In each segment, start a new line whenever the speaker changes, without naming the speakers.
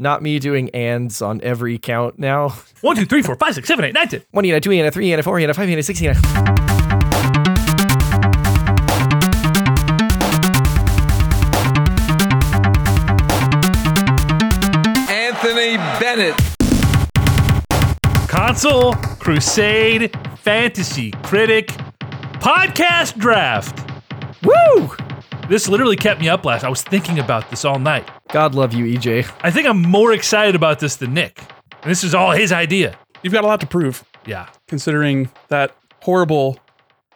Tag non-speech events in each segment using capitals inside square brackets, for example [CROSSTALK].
Not me doing ands on every count now. [LAUGHS]
One, two, three, four, five, six, seven, eight, nine, ten.
One and a two and a three and a four and a five and a six and a. [LAUGHS]
Anthony Bennett.
Console Crusade Fantasy Critic Podcast Draft.
Woo!
This literally kept me up last. I was thinking about this all night.
God love you, E EJ.
I think I'm more excited about this than Nick. And this is all his idea.
You've got a lot to prove,
Yeah.
considering that horrible,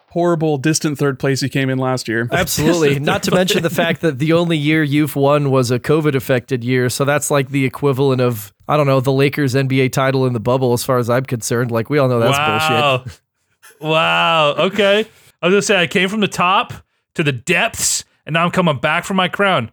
horrible distant third place you came in last year.
Absolutely. Not to mention the fact that the only year you've won was a COVID affected year. So that's like the equivalent of, I don't know, the Lakers NBA title in the bubble, as far as I'm concerned. Like, we all know that's bullshit.
wow. [LAUGHS] Wow. Okay. I was gonna say I came from the top to the depths, and now I'm coming back from my crown.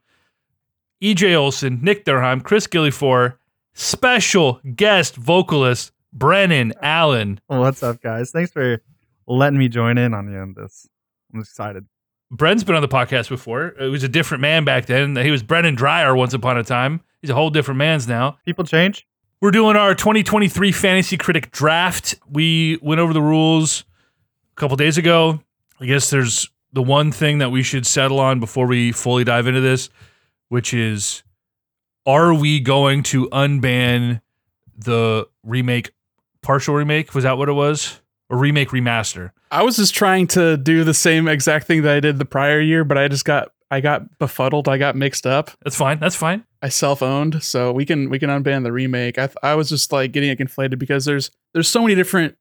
EJ Olson, Nick Durham, Chris Gillifor, special guest vocalist Brennan Allen.
What's up, guys? Thanks for letting me join in on you on this. I'm excited.
Bren's been on the podcast before. Uh, He was a different man back then. He was Brennan Dreyer once upon a time. He's a whole different man's now.
People change.
We're doing our 2023 Fantasy Critic Draft. We went over the rules a couple days ago. I guess there's the one thing that we should settle on before we fully dive into this, which is are we going to unban the remake, partial remake? Was that what it was? Or remake remaster?
I was just trying to do the same exact thing that I did the prior year, but I just got I got befuddled. I got mixed up.
That's fine. That's fine.
I self-owned, so we can we can unban the remake. I th- I was just like getting it conflated because there's there's so many different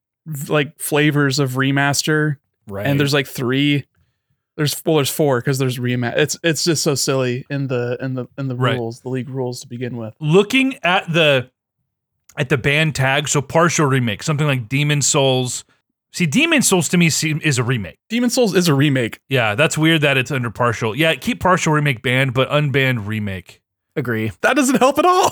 like flavors of remaster,
Right.
and there's like three. There's well, there's four because there's remaster. It's it's just so silly in the in the in the
Right.
rules, the league rules to begin with.
looking at the at the band tag, so partial remake, something like Demon Souls. See, Demon Souls to me seem- is a remake.
Demon Souls is a remake.
Yeah, that's weird that it's under partial. Yeah, keep partial remake banned, but unbanned remake.
Agree.
That doesn't help at all.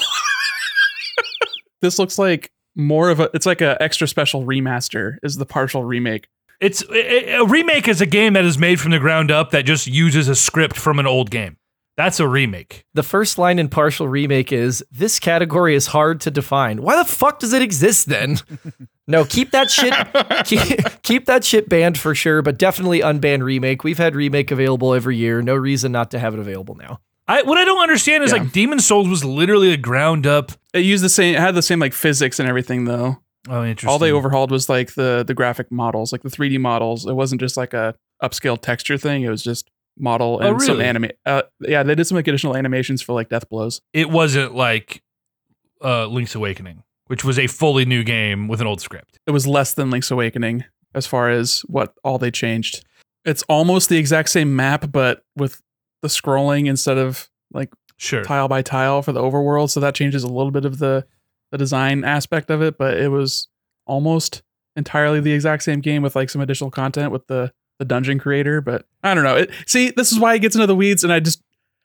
[LAUGHS] this looks like more of a. It's like a extra special remaster. Is the partial remake.
It's a- a a remake is a game that is made from the ground up that just uses a script from an old game. That's a remake.
The first line in partial remake is this category is hard to define. Why the fuck does it exist then? no, keep that
[LAUGHS]
shit keep, keep that shit banned for sure, but definitely unban remake. We've had remake available every year. No reason not to have it available now.
I what I don't understand is
Yeah.
like Demon Souls was literally a ground up.
It used the same. It had the same like physics and everything though.
Oh, interesting.
All they overhauled was like the the graphic models, like the 3D models. It wasn't just like a upscale texture thing. It was just model and
Oh,
some
really?
anime. Uh, yeah, they did some like additional animations for like death blows.
it wasn't like uh, Link's Awakening, which was a fully new game with an old script.
It was less than Link's Awakening as far as what all they changed. It's almost the exact same map, but with the scrolling instead of like
Sure.
tile by tile for the overworld. So that changes a little bit of the the design aspect of it, but it was almost entirely the exact same game with like some additional content with the the dungeon creator. But I don't know. It, see, this is why it gets into the weeds, and I just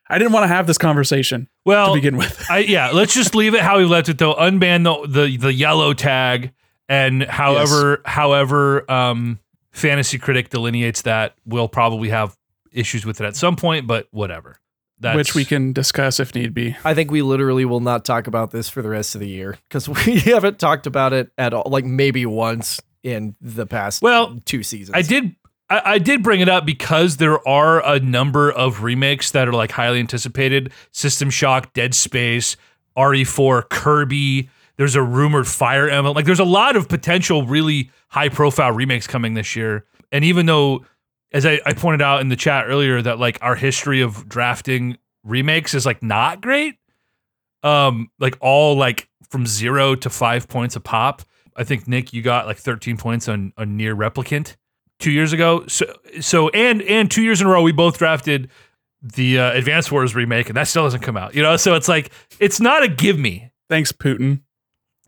I didn't want to have this conversation to
Well,
begin with. [LAUGHS]
I, yeah, let's just leave it how we left it though. Unban the the, the yellow tag, and however however um, Fantasy Critic delineates that, we'll probably have issues with it at some point, but whatever. That's,
which we can discuss if need be.
I think we literally will not talk about this for the rest of the year because we [LAUGHS] haven't talked about it at all, like maybe once in the past
Well,
two seasons.
I did. I, I did bring it up because there are a number of remakes that are like highly anticipated. System Shock, Dead Space, RE4, Kirby. There's a rumored Fire Emblem. Like, there's a lot of potential really high profile remakes coming this year. And even though, as I, I pointed out in the chat earlier, that like our history of drafting remakes is like not great. Um, like all like from zero to five points a pop. I think Nick, you got like 13 points on a near replicant two years ago. So, so and and two years in a row, we both drafted the uh, Advanced Wars remake, and that still hasn't come out. You know, so it's like it's not a give me.
Thanks, Putin.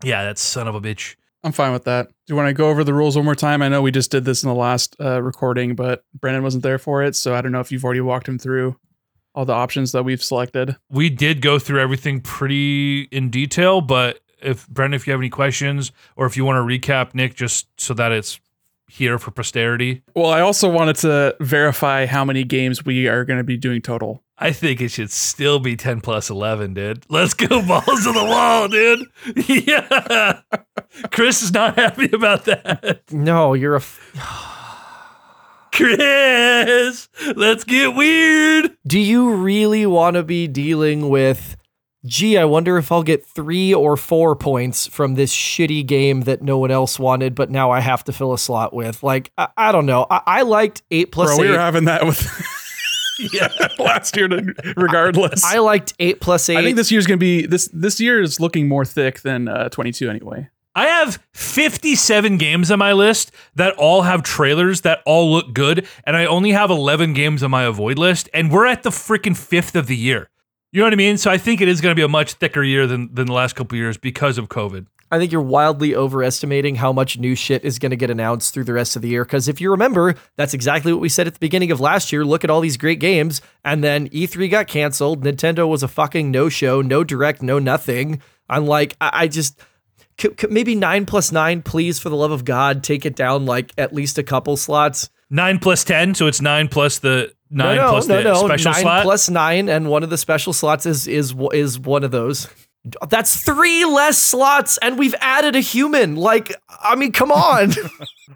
Yeah, that son of a bitch.
I'm fine with that. Do you want to go over the rules one more time? I know we just did this in the last uh, recording, but Brendan wasn't there for it, so I don't know if you've already walked him through all the options that we've selected.
We did go through everything pretty in detail, but if Brendan, if you have any questions or if you want to recap, Nick, just so that it's here for posterity.
Well, I also wanted to verify how many games we are going to be doing total.
I think it should still be 10 plus 11, dude. Let's go [LAUGHS] balls to the wall, dude. [LAUGHS] Yeah. Chris is not happy about that.
No, you're a. F-
Chris, let's get weird.
Do you really want to be dealing with? Gee, I wonder if I'll get three or four points from this shitty game that no one else wanted, but now I have to fill a slot with. Like, I, I don't know. I, I liked eight plus
Bro, we
eight.
were having
[LAUGHS]
that with [LAUGHS]
Yeah.
last year, to- regardless.
I liked eight plus eight.
I think this year's gonna be this. This year is looking more thick than uh, 22 anyway.
I have 57 games on my list that all have trailers that all look good, and I only have 11 games on my avoid list, and we're at the freaking fifth of the year. You know what I mean? So I think it is going to be a much thicker year than, than the last couple of years because of COVID.
I think you're wildly overestimating how much new shit is going to get announced through the rest of the year. Because if you remember, that's exactly what we said at the beginning of last year. Look at all these great games. And then E3 got canceled. Nintendo was a fucking no show, no direct, no nothing. I'm like, I, I just. c- c- maybe nine plus nine, please, for the love of God, take it down like at least a couple slots.
Nine plus 10, so it's nine plus the
No,
nine
no,
plus
no,
the
no.
special
nine
slot.
plus nine, and one of the special slots is is is one of those. That's three less slots, and we've added a human. Like, I mean, come on.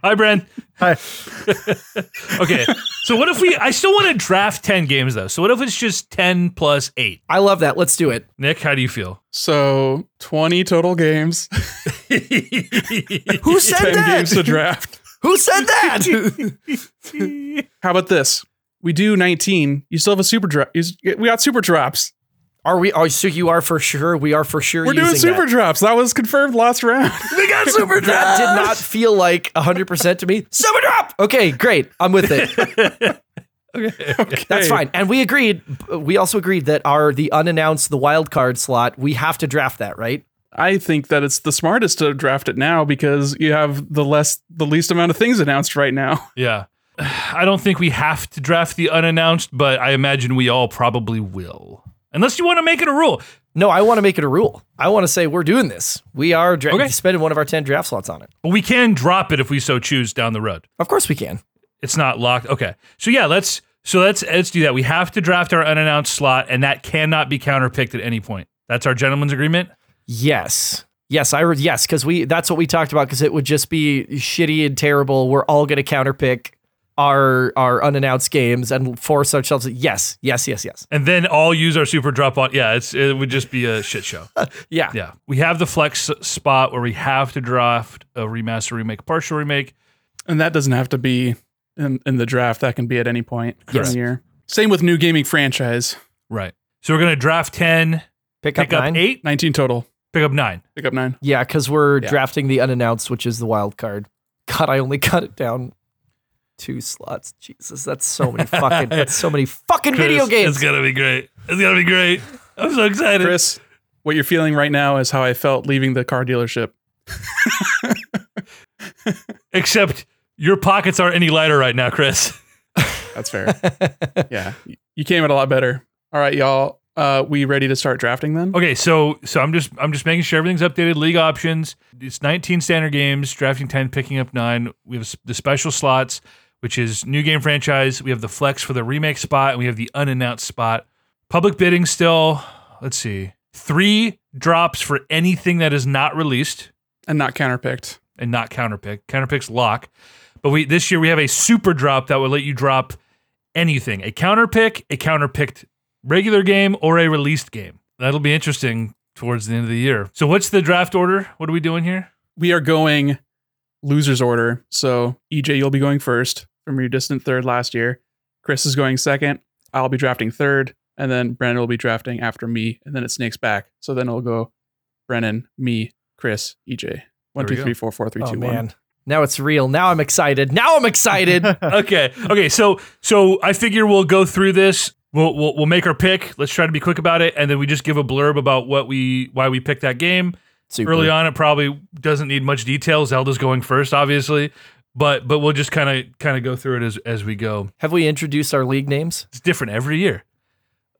Hi,
[LAUGHS]
Brent.
Hi.
[LAUGHS] okay. So what if we, I still want to draft 10 games though. So what if it's just 10 plus eight?
I love that. Let's do it.
Nick, how do you feel?
So 20 total games, [LAUGHS]
Who said
10 games to
that? [LAUGHS]
draft.
Who said that?
How about this? We do 19. You still have a super drop. you s- We got super drops.
Are we? Are so you are for sure. We are for sure.
We're doing
using
super
That.
drops. That was confirmed
[LAUGHS]
last round.
we got super
That did not feel like hundred percent to me. Super drop. Okay, great. I'm with it. That's
[LAUGHS] Hey,
fine. And we agreed. We also agreed that our the unannounced the wild card slot. We have to draft that, right?
I think that it's the smartest to draft it now because you have the less, the least amount of things announced right now. [LAUGHS]
Yeah. [SIGHS] I don't think we have to draft the unannounced, but I imagine we all probably will. Unless you want to make it a rule.
No, I want to make it a rule. I want to say we're doing this. We are dra-
Okay.
spending one of our ten draft slots on it.
But we can drop it if we so choose down the road.
Of course we can.
It's not locked. Okay. So yeah, let's so let's let's do that. We have to draft our unannounced slot, and that cannot be counterpicked at any point. That's our gentleman's agreement.
Yes. Yes, I re- yes, because we that's what we talked about. Because it would just be shitty and terrible. We're all going to counterpick our our unannounced games and force ourselves. Yes, yes, yes, yes.
And then all use our super drop on. Yeah, it's it would just be a shit show.
Yeah,
Yeah. We have the flex spot where we have to draft a remaster, remake, partial remake.
And that doesn't have to be in, in the draft. That can be at any point in
Correct.
the year. Same with new gaming franchise.
Right. So we're gonna draft ten,
pick,
pick
up
up
nine.
eight,
19 total.
pick up nine.
Pick up nine.
Yeah, because we're
Yeah.
drafting the unannounced, which is the wild card. God, I only cut it down two slots. Jesus, that's so many fucking that's so many fucking video
Chris,
games.
It's gonna be great. It's gonna be great. I'm so excited.
Chris, what you're feeling right now is how I felt leaving the car dealership.
Except your pockets aren't any lighter right now, Chris. [LAUGHS]
That's [LAUGHS] fair.
[LAUGHS]
yeah. You came out a lot better. All right, y'all. Uh, we ready to start drafting then?
Okay, so so I'm just I'm just making sure everything's updated. League options. It's 19 standard games, drafting 10, picking up nine. We have s- the special slots, which is new game franchise. We have the flex for the remake spot, and we have the unannounced spot. Public bidding still. Let's see, three drops for anything that is not released.
And not counterpicked.
and not counterpick. Counterpick's lock. But we this year we have a super drop that will let you drop anything. A counterpick, a counterpicked regular game, or a released game. That'll be interesting towards the end of the year. So what's the draft order? What are we doing here?
We are going losers order. So EJ, you'll be going first from your distant third last year. Chris is going second. I'll be drafting third. And then Brennan will be drafting after me. And then it snakes back. So then it'll go Brennan, me, Chris, EJ. One,
There we
two,
go.
three, four, four, three,
oh
two, one.
man, [LAUGHS] now it's real. Now I'm excited. Now I'm
[LAUGHS]
excited.
Uh,
Okay. Okay, so so I figure we'll go through this. We'll, we'll we'll make our pick. Let's try to be quick about it and then we just give a blurb about what we why we picked that game.
Super.
Early on it probably doesn't need much detail. Zelda's going first obviously, but but we'll just kind of kind of go through it as as we go.
Have we introduced our league names?
It's different every year.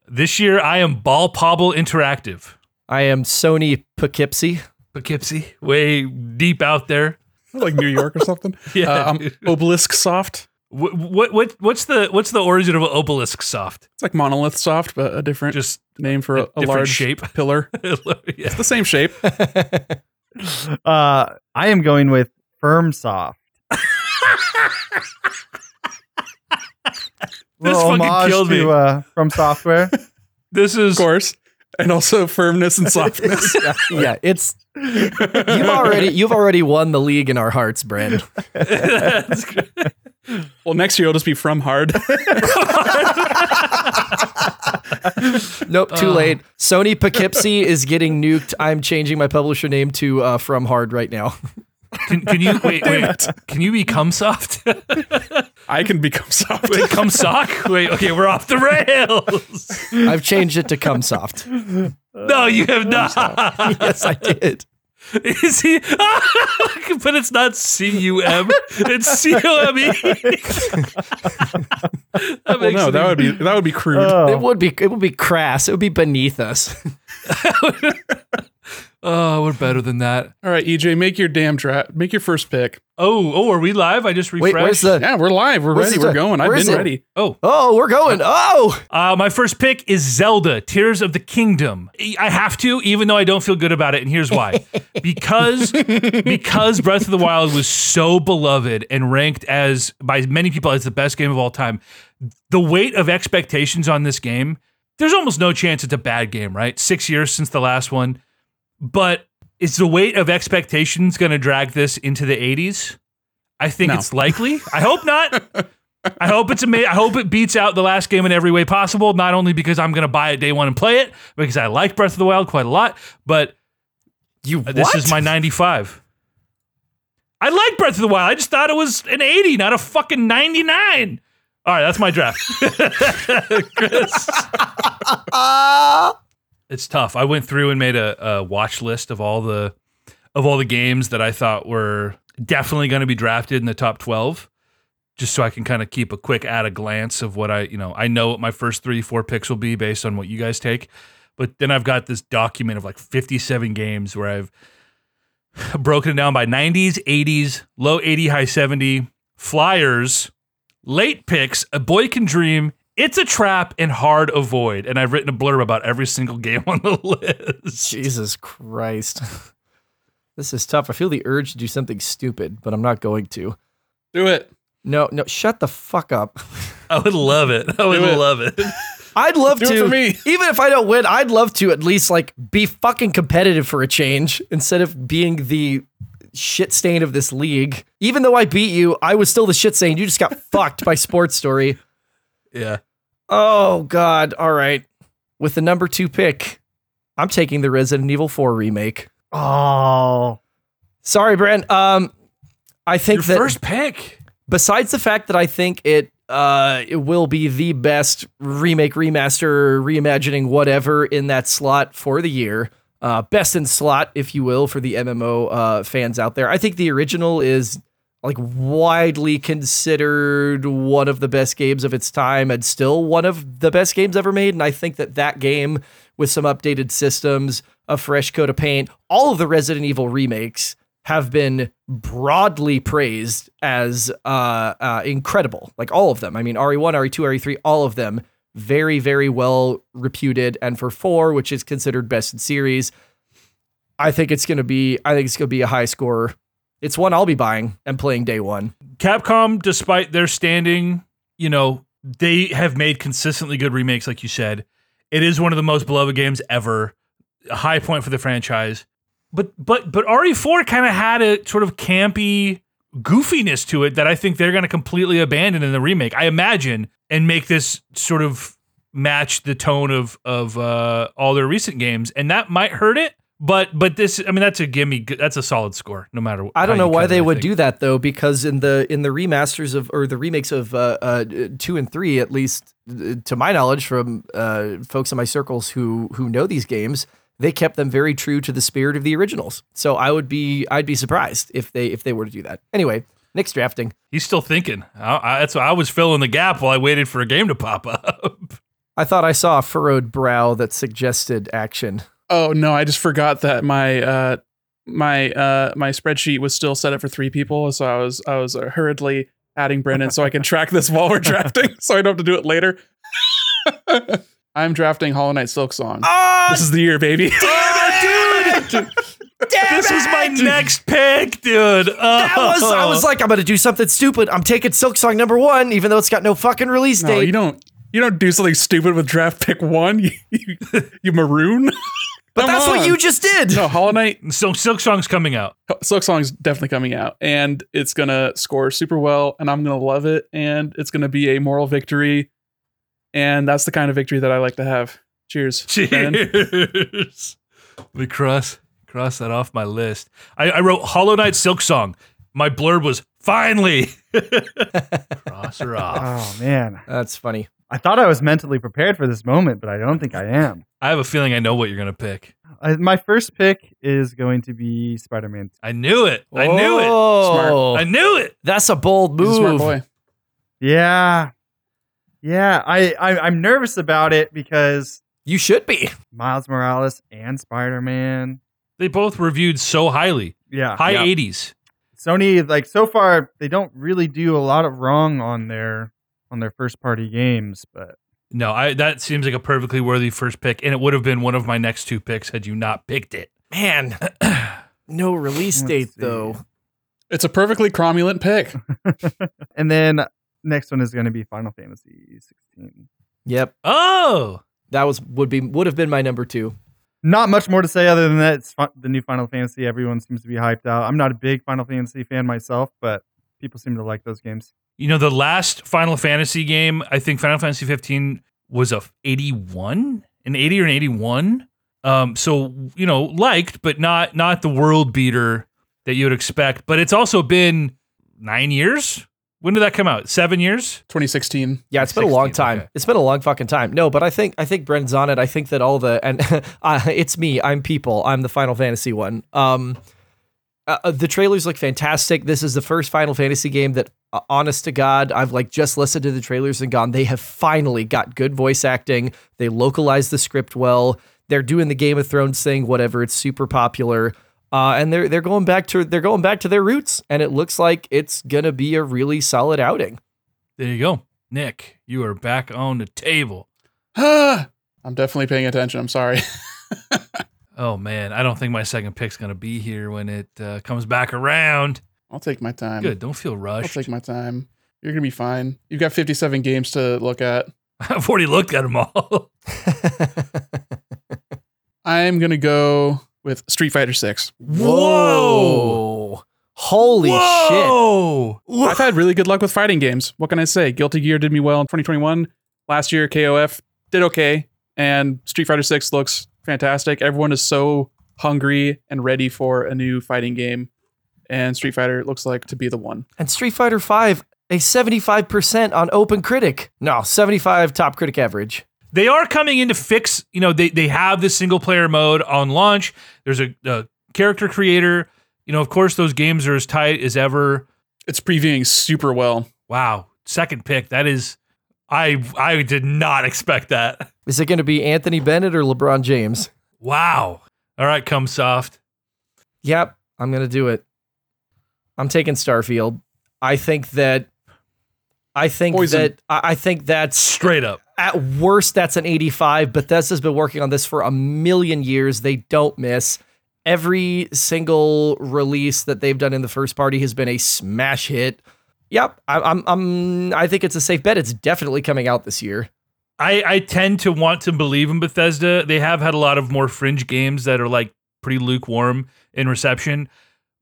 This year, I am Ball Pobble Interactive.
I am Sony Poughkeepsie.
Poughkeepsie, way deep out there.
[LAUGHS] like New York or something. [LAUGHS]
Yeah, [LAUGHS]
Uh, I'm
dude.
Obelisk Soft.
What, what what what's the what's the origin of Obelisk Soft?
It's like Monolith Soft, but a different
Just
name for a, a
different
large
shape. [LAUGHS]
pillar.
yeah.
It's the same shape.
Uh, I am going with firm soft.
[LAUGHS] This
Little
fucking
homage
killed
to,
me.
Uh,
[LAUGHS]
from software.
This
Of
is
course. And also firmness
[LAUGHS]
and softness.
yeah, it's you've already you've already won the league in our hearts, Brandon.
That's good.
well, next year it'll just be from hard.
Nope, too late. Sony Poughkeepsie is getting nuked. I'm changing my publisher name to uh, From Hard right now.
Can, can
[LAUGHS]
you wait? Wait. Can you become soft?
I can become soft.
wait, come sock. Wait. Okay, we're off the rails.
I've changed it to Come Soft.
Uh,
No, you have not.
Yes, I did.
[LAUGHS] Is he? [LAUGHS] but it's not C U M. It's C O
[LAUGHS]
M E. [LAUGHS] That
Well,
makes
no, that
me-
would be that would be crude.
It
Oh,
would be it would be crass. It would be beneath us.
Oh, we're better than that.
All right, EJ, make your damn draft. Make your first pick.
Oh, oh, are we live? I just refreshed.
Wait, where's the?
Yeah, we're live. We're
Where's
ready.
the-
We're going. I've
where is
been
it?
ready.
oh,
Oh, we're going. Oh,
Uh, my first pick is Zelda: Tears of the Kingdom. I have to, even though I don't feel good about it, and here's why: because because Breath of the Wild was so beloved and ranked as by many people as the best game of all time. The weight of expectations on this game, there's almost no chance it's a bad game, right? Six years since the last one, but is the weight of expectations going to drag this into the 80s? I think
No.
it's likely. I hope not. I hope it's amazing. I hope it beats out the last game in every way possible. Not only because I'm going to buy it day one and play it, because I like Breath of the Wild quite a lot, but
you.
Uh, this
what?
is my 95. I like Breath of the Wild. I just thought it was an 80, not a fucking 99. All right, that's my draft. Chris.
Ah!
it's tough. I went through and made a, a watch list of all the of all the games that I thought were definitely going to be drafted in the top 12 just so I can kind of keep a quick at a glance of what I, you know, I know what my first 3 4 picks will be based on what you guys take. But then I've got this document of like 57 games where I've [SIGHS] broken it down by 90s, 80s, low 80, high 70, flyers, late picks, a boy can dream, it's a trap, and hard avoid. And I've written a blurb about every single game [LAUGHS] on the list.
Jesus Christ. [LAUGHS] This is tough. I feel the urge to do something stupid, but I'm not going to.
Do it.
No, no, shut the fuck up. [LAUGHS]
I would love it. I would
Do it.
love it.
I'd love
Do it
to.
for me.
Even if I don't win, I'd love to at least like be fucking competitive for a change instead of being the shit stain of this league. Even though I beat you, I was still the shit stain. You just
[LAUGHS]
got fucked by Sports Story.
Yeah.
Oh God! All right, with the number two pick, I'm taking the Resident Evil Four remake.
oh,
Sorry, Brent. Um, I think
Your
that
first pick.
besides the fact that I think it uh it will be the best remake, remaster, reimagining, whatever in that slot for the year. Uh, best in slot, if you will, for the MMO uh, fans out there. I think the original is like widely considered one of the best games of its time and still one of the best games ever made and i think that that game with some updated systems a fresh coat of paint all of the resident evil remakes have been broadly praised as uh, uh, incredible like all of them i mean E re1 re2 re3 all of them very very well reputed and for four which is considered best in series i think it's going to be i think it's going to be a high scorer it's one I'll be buying and playing day one.
Capcom, despite their standing, you know, they have made consistently good remakes, like you said. It is one of the most beloved games ever. A high point for the franchise. But but but RE4 kind of had a sort of campy goofiness to it that I think they're gonna completely abandon in the remake, I imagine, and make this sort of match the tone of of uh, all their recent games. And that might hurt it. But but this I mean that's a gimme g- that's a solid score no matter
I don't
how
know
you
why
cut it,
they
I
would
think.
do that though, because in the in the remasters of or the remakes of uh, uh, two and three, at least uh, to my knowledge, from uh, folks in my circles who who know these games, they kept them very true to the spirit of the originals. So I would be I'd be surprised if they if they were to do that. Anyway, Nick's drafting.
He's still thinking. I, I, that's I was filling the gap while I waited for a game to pop up.
I thought I saw a furrowed brow that suggested action.
Oh no, I just forgot that my uh my uh my spreadsheet was still set up for three people, so I was I was uh, hurriedly adding Brendan so I can track this while we're drafting, [LAUGHS] so I don't have to do it later. [LAUGHS] I'm drafting Hollow Knight Silk Song.
[LAUGHS]
Oh,
This is the year, baby.
dude! [LAUGHS]
[LAUGHS]
Damn
This was my
it!
next pick, dude. Oh.
That was, [LAUGHS] I was like, I'm gonna do something stupid. I'm taking Silk Song number one, even though it's got no fucking release
No,
date.
you don't. You don't do something stupid with draft pick one. [LAUGHS] You, you, you maroon.
but that's what you just did.
No, Hollow Knight
so Silk Song's coming out.
Silk Song's definitely coming out and it's gonna score super well and I'm gonna love it and it's gonna be a moral victory. And that's the kind of victory that I like to have.
[LAUGHS]
Cheers. Brandon.
Cheers. Let me cross cross that off my list. I, I wrote Hollow Knight Silk Song. My blurb was finally. [LAUGHS] cross her off.
Oh man,
That's funny.
I thought I was mentally prepared for this moment, but I don't think I am.
I have a feeling I know what you're gonna pick.
I, my first pick is going to be Spider-Man.
I knew it. I knew it.
Oh,
I knew it.
That's a bold
He's a smart
move.
boy.
Yeah, yeah. I, I I'm nervous about it because
You should be.
Miles Morales and Spider-Man.
They both reviewed so highly.
Yeah,
High
yeah.
80s.
Sony like so far they don't really do a lot of wrong on their on their first party games, but
No, I that seems like a perfectly worthy first pick, and it would have been one of my next two picks had you not picked it.
Man, [CLEARS THROAT] no release
Let's
date
see.
though.
It's a perfectly cromulent pick.
and then next one is going to be Final Fantasy 16.
Yep,
Oh,
that was would be would have been my number two.
Not much more to say other than that it's fun, the new Final Fantasy. Everyone seems to be hyped out. I'm not a big Final Fantasy fan myself, but people seem to like those games.
you know the last Final Fantasy game. I think Final Fantasy 15 was a 81, an 80 or an 81. Um, so you know liked, but not not the world beater that you would expect. But it's also been nine years. When did that come out? Seven years.
2016.
Yeah, it's been a long
16,
time.
okay.
It's been a long fucking time. No, but I think I think Brendan's on it. I think that all the and [LAUGHS] uh, it's me. I'm people. I'm the Final Fantasy one. Um, uh, uh, the trailers look fantastic. This is the first Final Fantasy game that, uh, honest to God, I've like just listened to the trailers and gone. They have finally got good voice acting. They localize the script well. They're doing the Game of Thrones thing, whatever. It's super popular. Uh, and they're they're going back to they're going back to their roots, and it looks like it's gonna be a really solid outing. [LAUGHS]
There you go, Nick. You are back on the table.
Ah, [SIGHS] I'm definitely paying attention. I'm sorry. [LAUGHS]
Oh man, I don't think my second pick's gonna be here when it uh, comes back around.
I'll take my
Um,
time.
Good, don't feel
I'll
rushed.
take my time. You're gonna be fine. You've got 57 games to look at.
[LAUGHS] I've already looked at them all.
I'm gonna go with Street Fighter 6.
Whoa. Holy
Whoa!
I've had really good luck with fighting games. What can I say? Guilty Gear did me well in 2021. Last year, KOF did okay, and Street Fighter 6 looks fantastic. Everyone is so hungry and ready for a new fighting game, and Street Fighter looks like to be the one.
shit. And Street Fighter V, a 75% on Open Critic. No, 75 top critic average.
They are coming in to fix. You know, they they have the single player mode on launch. There's a, a character creator. You know, of course, those games are as tight as ever.
It's previewing super well.
Wow, second pick. That is, I I did not expect that.
Is it going to be Anthony Bennett or LeBron James?
Wow. All right, come soft.
Yep, I'm going to do it. I'm taking Starfield. I think that I think
Poison.
that I I think that's
Straight up.
at worst that's an 85 bethesda's been working on this for a million years they don't miss every single release that they've done in the first party has been a smash hit yep I, i'm i'm i think it's a safe bet it's definitely coming out this year
I, I tend to want to believe in Bethesda. They have had a lot of more fringe games that are like pretty lukewarm in reception.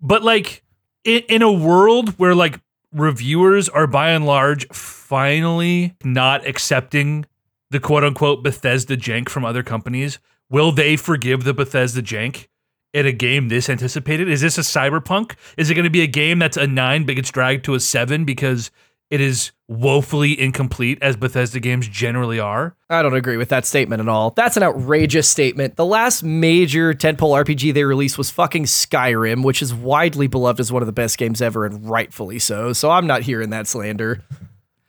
But like in, in a world where like reviewers are by and large finally not accepting the quote unquote Bethesda jank from other companies, will they forgive the Bethesda jank in a game this anticipated? Is this a cyberpunk? Is it going to be a game that's a nine but gets dragged to a seven because it is woefully incomplete as Bethesda games generally are.
I don't agree with that statement at all. That's an outrageous statement. The last major tentpole RPG they released was fucking Skyrim, which is widely beloved as one of the best games ever and rightfully so. So I'm not hearing that slander. [LAUGHS]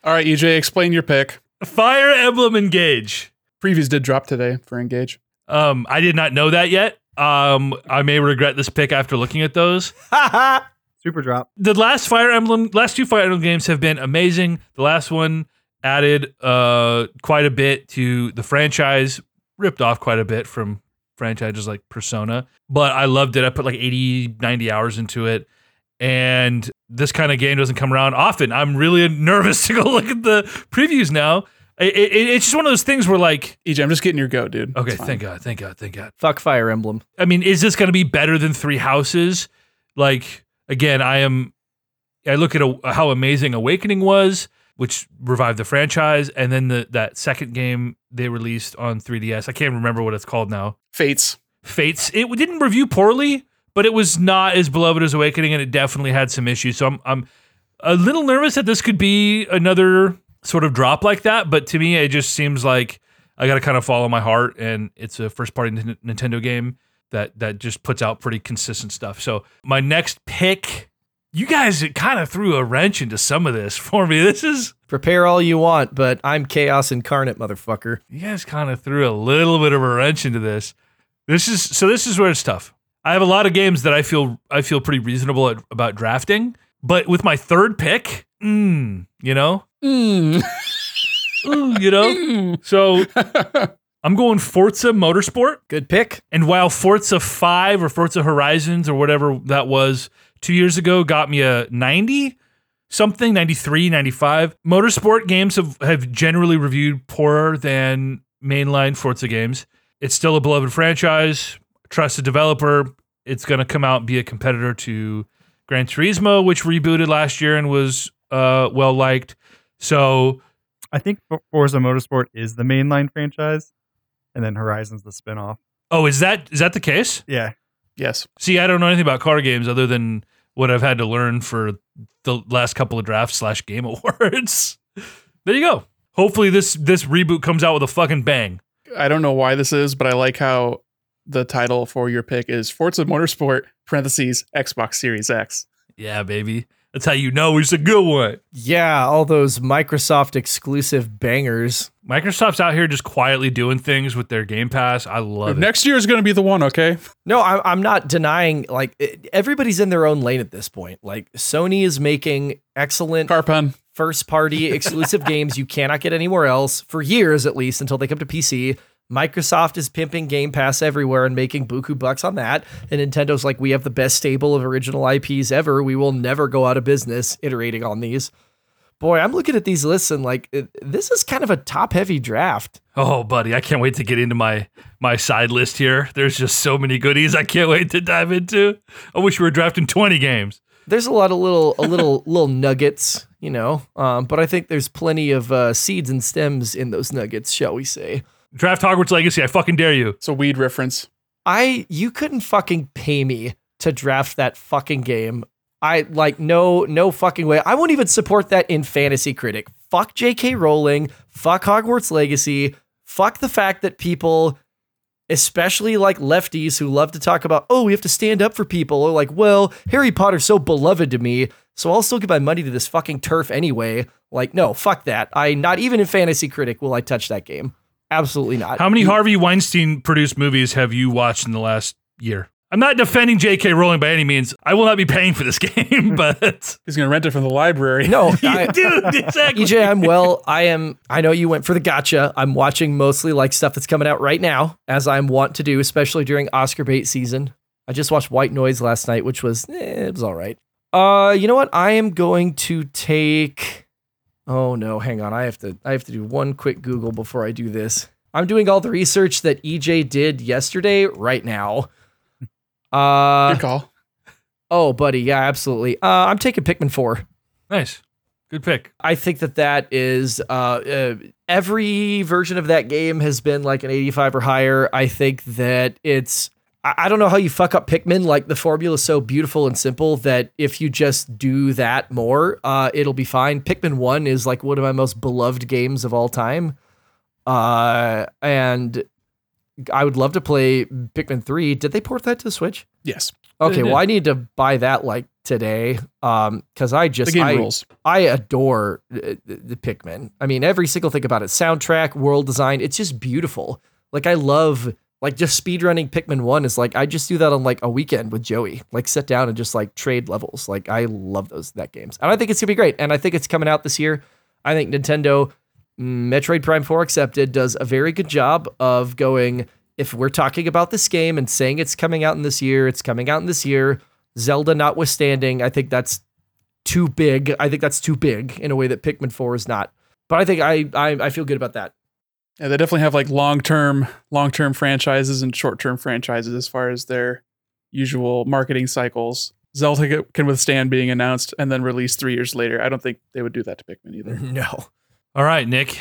All right, EJ, explain your pick.
Fire Emblem Engage.
Previews did drop today for Engage.
Um, I did not know that yet. Um, I may regret this pick after looking at those.
Ha ha.
Super drop.
the last Fire Emblem, last two Fire Emblem games have been amazing. The last one added uh, quite a bit to the franchise, ripped off quite a bit from franchises like Persona, but I loved it. I put like 80, 90 hours into it. And this kind of game doesn't come around often. I'm really [LAUGHS] nervous to go look at the previews now. It, it, it's just one of those things where, like,
EJ, E I'm just getting your goat, dude.
okay,
It's fine.
thank God, thank God, thank God.
Fuck Fire Emblem.
I mean, is this going to be better than Three Houses? Like, again, I am. I look at a, how amazing Awakening was, which revived the franchise, and then the that second game they released on 3DS. I can't remember what it's called now.
Fates.
Fates. It didn't review poorly, but it was not as beloved as Awakening, and it definitely had some issues. So I'm I'm a little nervous that this could be another sort of drop like that. But to me, it just seems like I got to kind of follow my heart, and it's a first party Nin- Nintendo game that that just puts out pretty consistent stuff. So my next pick, you guys kind of threw a wrench into some of this [LAUGHS] for me. This is
Prepare all you want, but I'm chaos incarnate, motherfucker.
you guys kind of threw a little bit of a wrench into this. This is so this is where it's tough. I have a lot of games that I feel I feel pretty reasonable at, about drafting, but with my third pick, mm, you know, Ooh, you
[LAUGHS]
know. So I'm going Forza Motorsport.
Good pick.
And while Forza 5 or Forza Horizons or whatever that was two years ago got me a 90 something, 93, 95, motorsport games have, have generally reviewed poorer than mainline Forza games. It's still a beloved franchise. Trust the developer. It's going to come out and be a competitor to Gran Turismo, which rebooted last year and was uh, well liked. So
I think For- Forza Motorsport is the mainline franchise, and then Horizon's the spinoff.
Oh, is that is that the case?
Yeah,
Yes.
See, I don't know anything about car games other than what I've had to learn for the last couple of drafts slash game [LAUGHS] awards. there you go. Hopefully this this reboot comes out with a fucking bang.
I don't know why this is, but I like how the title for your pick is Forza Motorsport parentheses Xbox Series X.
Yeah, baby. That's how you know it's a good one.
Yeah, all those Microsoft exclusive bangers.
Microsoft's out here just quietly doing things with their Game Pass. I love it.
Next year is going to be the one, okay?
No, I, I'm not denying. Like it, everybody's in their own lane at this point. Like Sony is making excellent
Car pun.
first party exclusive games you cannot get anywhere else for years at least until they come to PC. Microsoft is pimping Game Pass everywhere and making buku bucks on that. And Nintendo's like, we have the best stable of original IPs ever. We will never go out of business iterating on these. Boy, I'm looking at these lists and like, it- this is kind of a top heavy draft.
Oh, buddy, I can't wait to get into my my side list here. There's just so many goodies I can't wait to dive into. I wish we were drafting 20 games.
There's a lot of little, a little, little nuggets, you know. Um, but I think there's plenty of uh, seeds and stems in those nuggets, shall we say?
Draft Hogwarts Legacy, I fucking dare you.
It's a weed reference.
I you couldn't fucking pay me to draft that fucking game. I like no no fucking way. I won't even support that in Fantasy Critic. Fuck J.K. Rowling. Fuck Hogwarts Legacy. Fuck the fact that people, especially like lefties who love to talk about, oh, we have to stand up for people, or like, well, Harry Potter's so beloved to me, so I'll still give my money to this fucking turf anyway. Like, no, fuck that. I not even in Fantasy Critic will I touch that game. Absolutely not.
How many Harvey Weinstein produced movies have you watched in the last year? I'm not defending J.K. Rowling by any means. I will not be paying for this [LAUGHS] game, but
He's going to rent it from the library.
[LAUGHS]
no, I, E
dude, exactly.
EJ, I'm well. I am. I know you went for the gotcha. I'm watching mostly like stuff that's coming out right now, as I'm wont to do, especially during Oscar bait season. I just watched White Noise last night, which was eh, it was all right. Uh, you know what? I am going to take. Oh no, hang on. I have to. I have to do one quick Google before I do this. I'm doing all the research that EJ did yesterday right now. [LAUGHS] Uh
Good call.
oh, buddy, yeah, absolutely. Uh, I'm taking Pikmin four.
nice, good pick.
I think that that is uh, uh, every version of that game has been like an 85 or higher. I think that it's. I I don't know how you fuck up Pikmin. Like the formula is so beautiful and simple that if you just do that more, uh, it'll be fine. Pikmin One is like one of my most beloved games of all time, uh, and I would love to play Pikmin Three. Did they port that to the Switch?
Yes.
Okay,
did.
well I need to buy that like today, um, because I just
The game
I,
rules.
I adore uh, the, the Pikmin. I mean, every single thing about it soundtrack, world design, it's just beautiful. Like, I love Like just speedrunning Pikmin 1 is like I just do that on like a weekend with Joey. Like sit down and just like trade levels. Like I love those that games. And I think it's going to be great and I think it's coming out this year. I think Nintendo mm, Metroid Prime 4 accepted does a very good job of going if we're talking about this game and saying it's coming out in this year, it's coming out in this year. Zelda notwithstanding, I think that's too big. I think that's too big in a way that Pikmin 4 is not. But I think I I, I feel good about
[LAUGHS]
that.
Yeah, they definitely have like long term, long term franchises and short term franchises as far as their usual marketing cycles. Zelda ca- can withstand being announced and then released three years later. I don't think they would do that to Pikmin either.
No.
All right, Nick.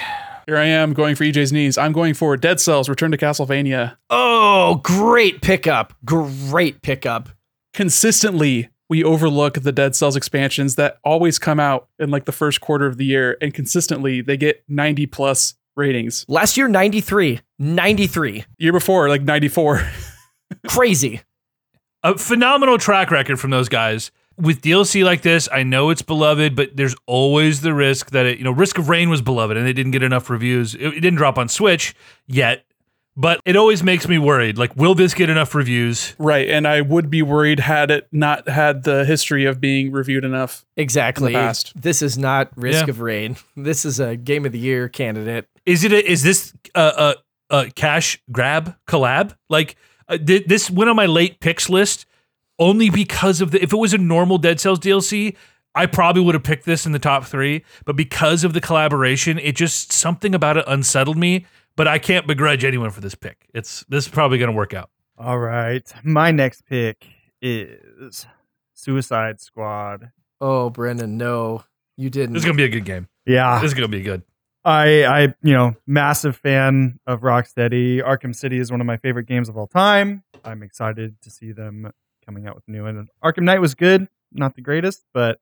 Here I am going for EJ's knees. I'm going for Dead Cells: Return to Castlevania.
Oh, great pickup. Great pickup.
consistently we overlook the Dead Cells expansions that always come out in like the first quarter of the year, and consistently they get 90 plus ratings.
Last year 93, 93.
Year before, like 94.
Crazy.
a phenomenal track record from those guys. With DLC like this, I know it's beloved, but there's always the risk that it, you know, Risk of Rain was beloved and it didn't get enough reviews. It, it didn't drop on Switch yet, but it always makes me worried. Like, will this get enough reviews?
[LAUGHS] right. And I would be worried had it not had the history of being reviewed enough.
Exactly.
past.
This is not Risk
Yeah.
of Rain. This is a game of the year candidate.
Is it? A, is this a, a, a cash grab collab? Like, uh, thi- this went on my late picks list only because of the. If it was a normal Dead Cells DLC. I probably would have picked this in the top three, but because of the collaboration, it just something about it unsettled me. But I can't begrudge anyone for this pick. It's this is probably going to work out.
All right. My next pick is Suicide Squad.
Oh, Brendan, no. You didn't.
This is going to be a good game.
Yeah.
This is going to be good.
I, I, you know, massive fan of Rocksteady. Arkham City is one of my favorite games of all time. I'm excited to see them coming out with a new one. Arkham Knight was good, not the greatest, but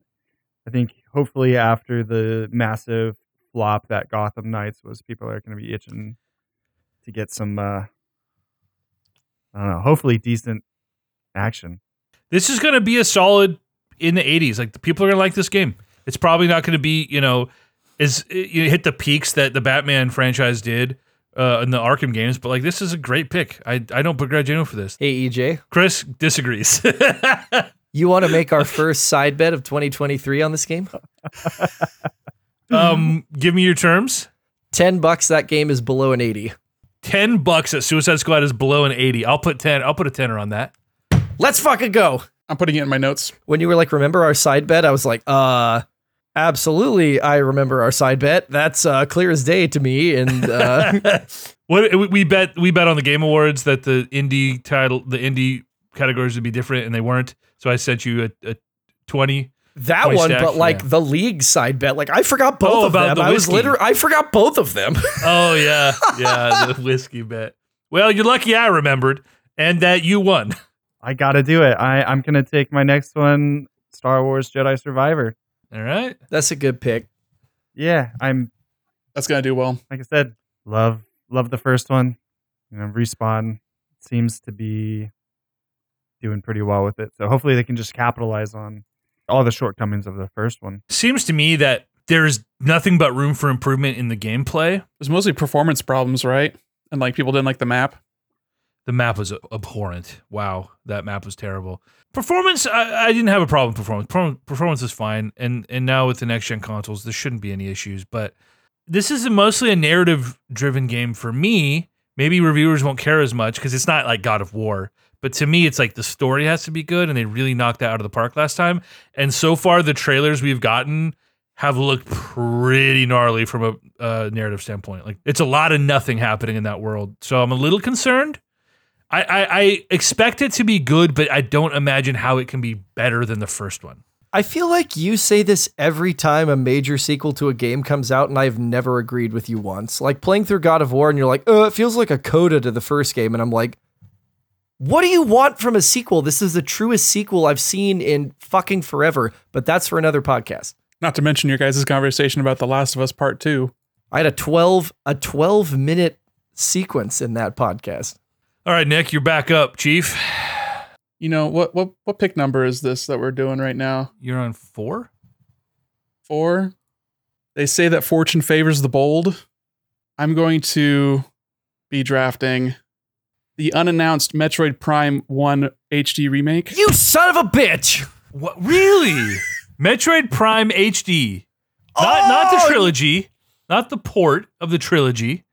I think hopefully after the massive flop that Gotham Knights was, people are going to be itching to get some, uh, I don't know, hopefully decent action.
This is going to be a solid in the 80s. Like the people are going to like this game. It's probably not going to be, you know, is you hit the peaks that the Batman franchise did uh, in the Arkham games, but like this is a great pick. I I don't begrudge anyone for this.
Hey, EJ,
Chris disagrees. [LAUGHS]
you want to make our first side bet of 2023 on this game?
um, give me your terms.
10 bucks that game is below an 80.
10 bucks at Suicide Squad is below an 80. I'll put 10. I'll put a tenner on that. [LAUGHS]
Let's fucking go.
I'm putting it in my notes.
When you were like, remember our side bet? I was like, uh, absolutely. I remember our side bet. That's uh, clear as day to me. And
[LAUGHS]
uh,
What eh, we- we bet we bet on the game awards that the indie title the indie categories would be different and they weren't. So I sent you a, a 20
that
Twenty
one,
stack,
but like
yeah.
the league side bet, like I forgot both
Oh,
of
about
them.
the
I was
whiskey.
literally, I forgot both of them. [LAUGHS]
Oh yeah, yeah, the whiskey bet. Well, you're lucky I remembered, and that you won.
I got to do it. I, I'm going to take my next one Star Wars Jedi Survivor.
All right,
That's a good pick.
Yeah, I'm
That's going to do well.
like I said, love love the first one. You know, respawn seems to be doing pretty well with it. So hopefully they can just capitalize on all the shortcomings of the first one.
seems to me that there's nothing but room for improvement in the gameplay.
There's mostly performance problems, right? And like people didn't like the map.
The map was abhorrent. Wow, that map was terrible. Performance, I, I didn't have a problem with performance. Perform- Performance is fine, and and now with the next gen consoles, there shouldn't be any issues. But this is a mostly a narrative driven game for me. Maybe reviewers won't care as much because it's not like God of War. But to me, it's like the story has to be good, and they really knocked that out of the park last time. And so far, the trailers we've gotten have looked pretty gnarly from a uh, narrative standpoint. Like it's a lot of nothing happening in that world. So I'm a little concerned. I, I, I expect it to be good, but I don't imagine how it can be better than the first one.
I feel like you say this every time a major sequel to a game comes out, and I've never agreed with you once. Like playing through God of War, and you're like, oh, it feels like a coda to the first game. And I'm like, what do you want from a sequel? This is the truest sequel I've seen in fucking forever, but that's for another podcast.
Not to mention your guys' conversation about The Last of Us Part 2.
I had a 12, a 12 minute sequence in that podcast.
All right, Nick, you're back up, Chief.
You know, what what what pick number is this that we're doing right now?
You're on four.
four. They say that fortune favors the bold. I'm going to be drafting the unannounced Metroid Prime 1 HD remake.
You son of a bitch!
What, [LAUGHS] really? Metroid Prime HD. Not not
Oh,
the trilogy, not the port of the trilogy.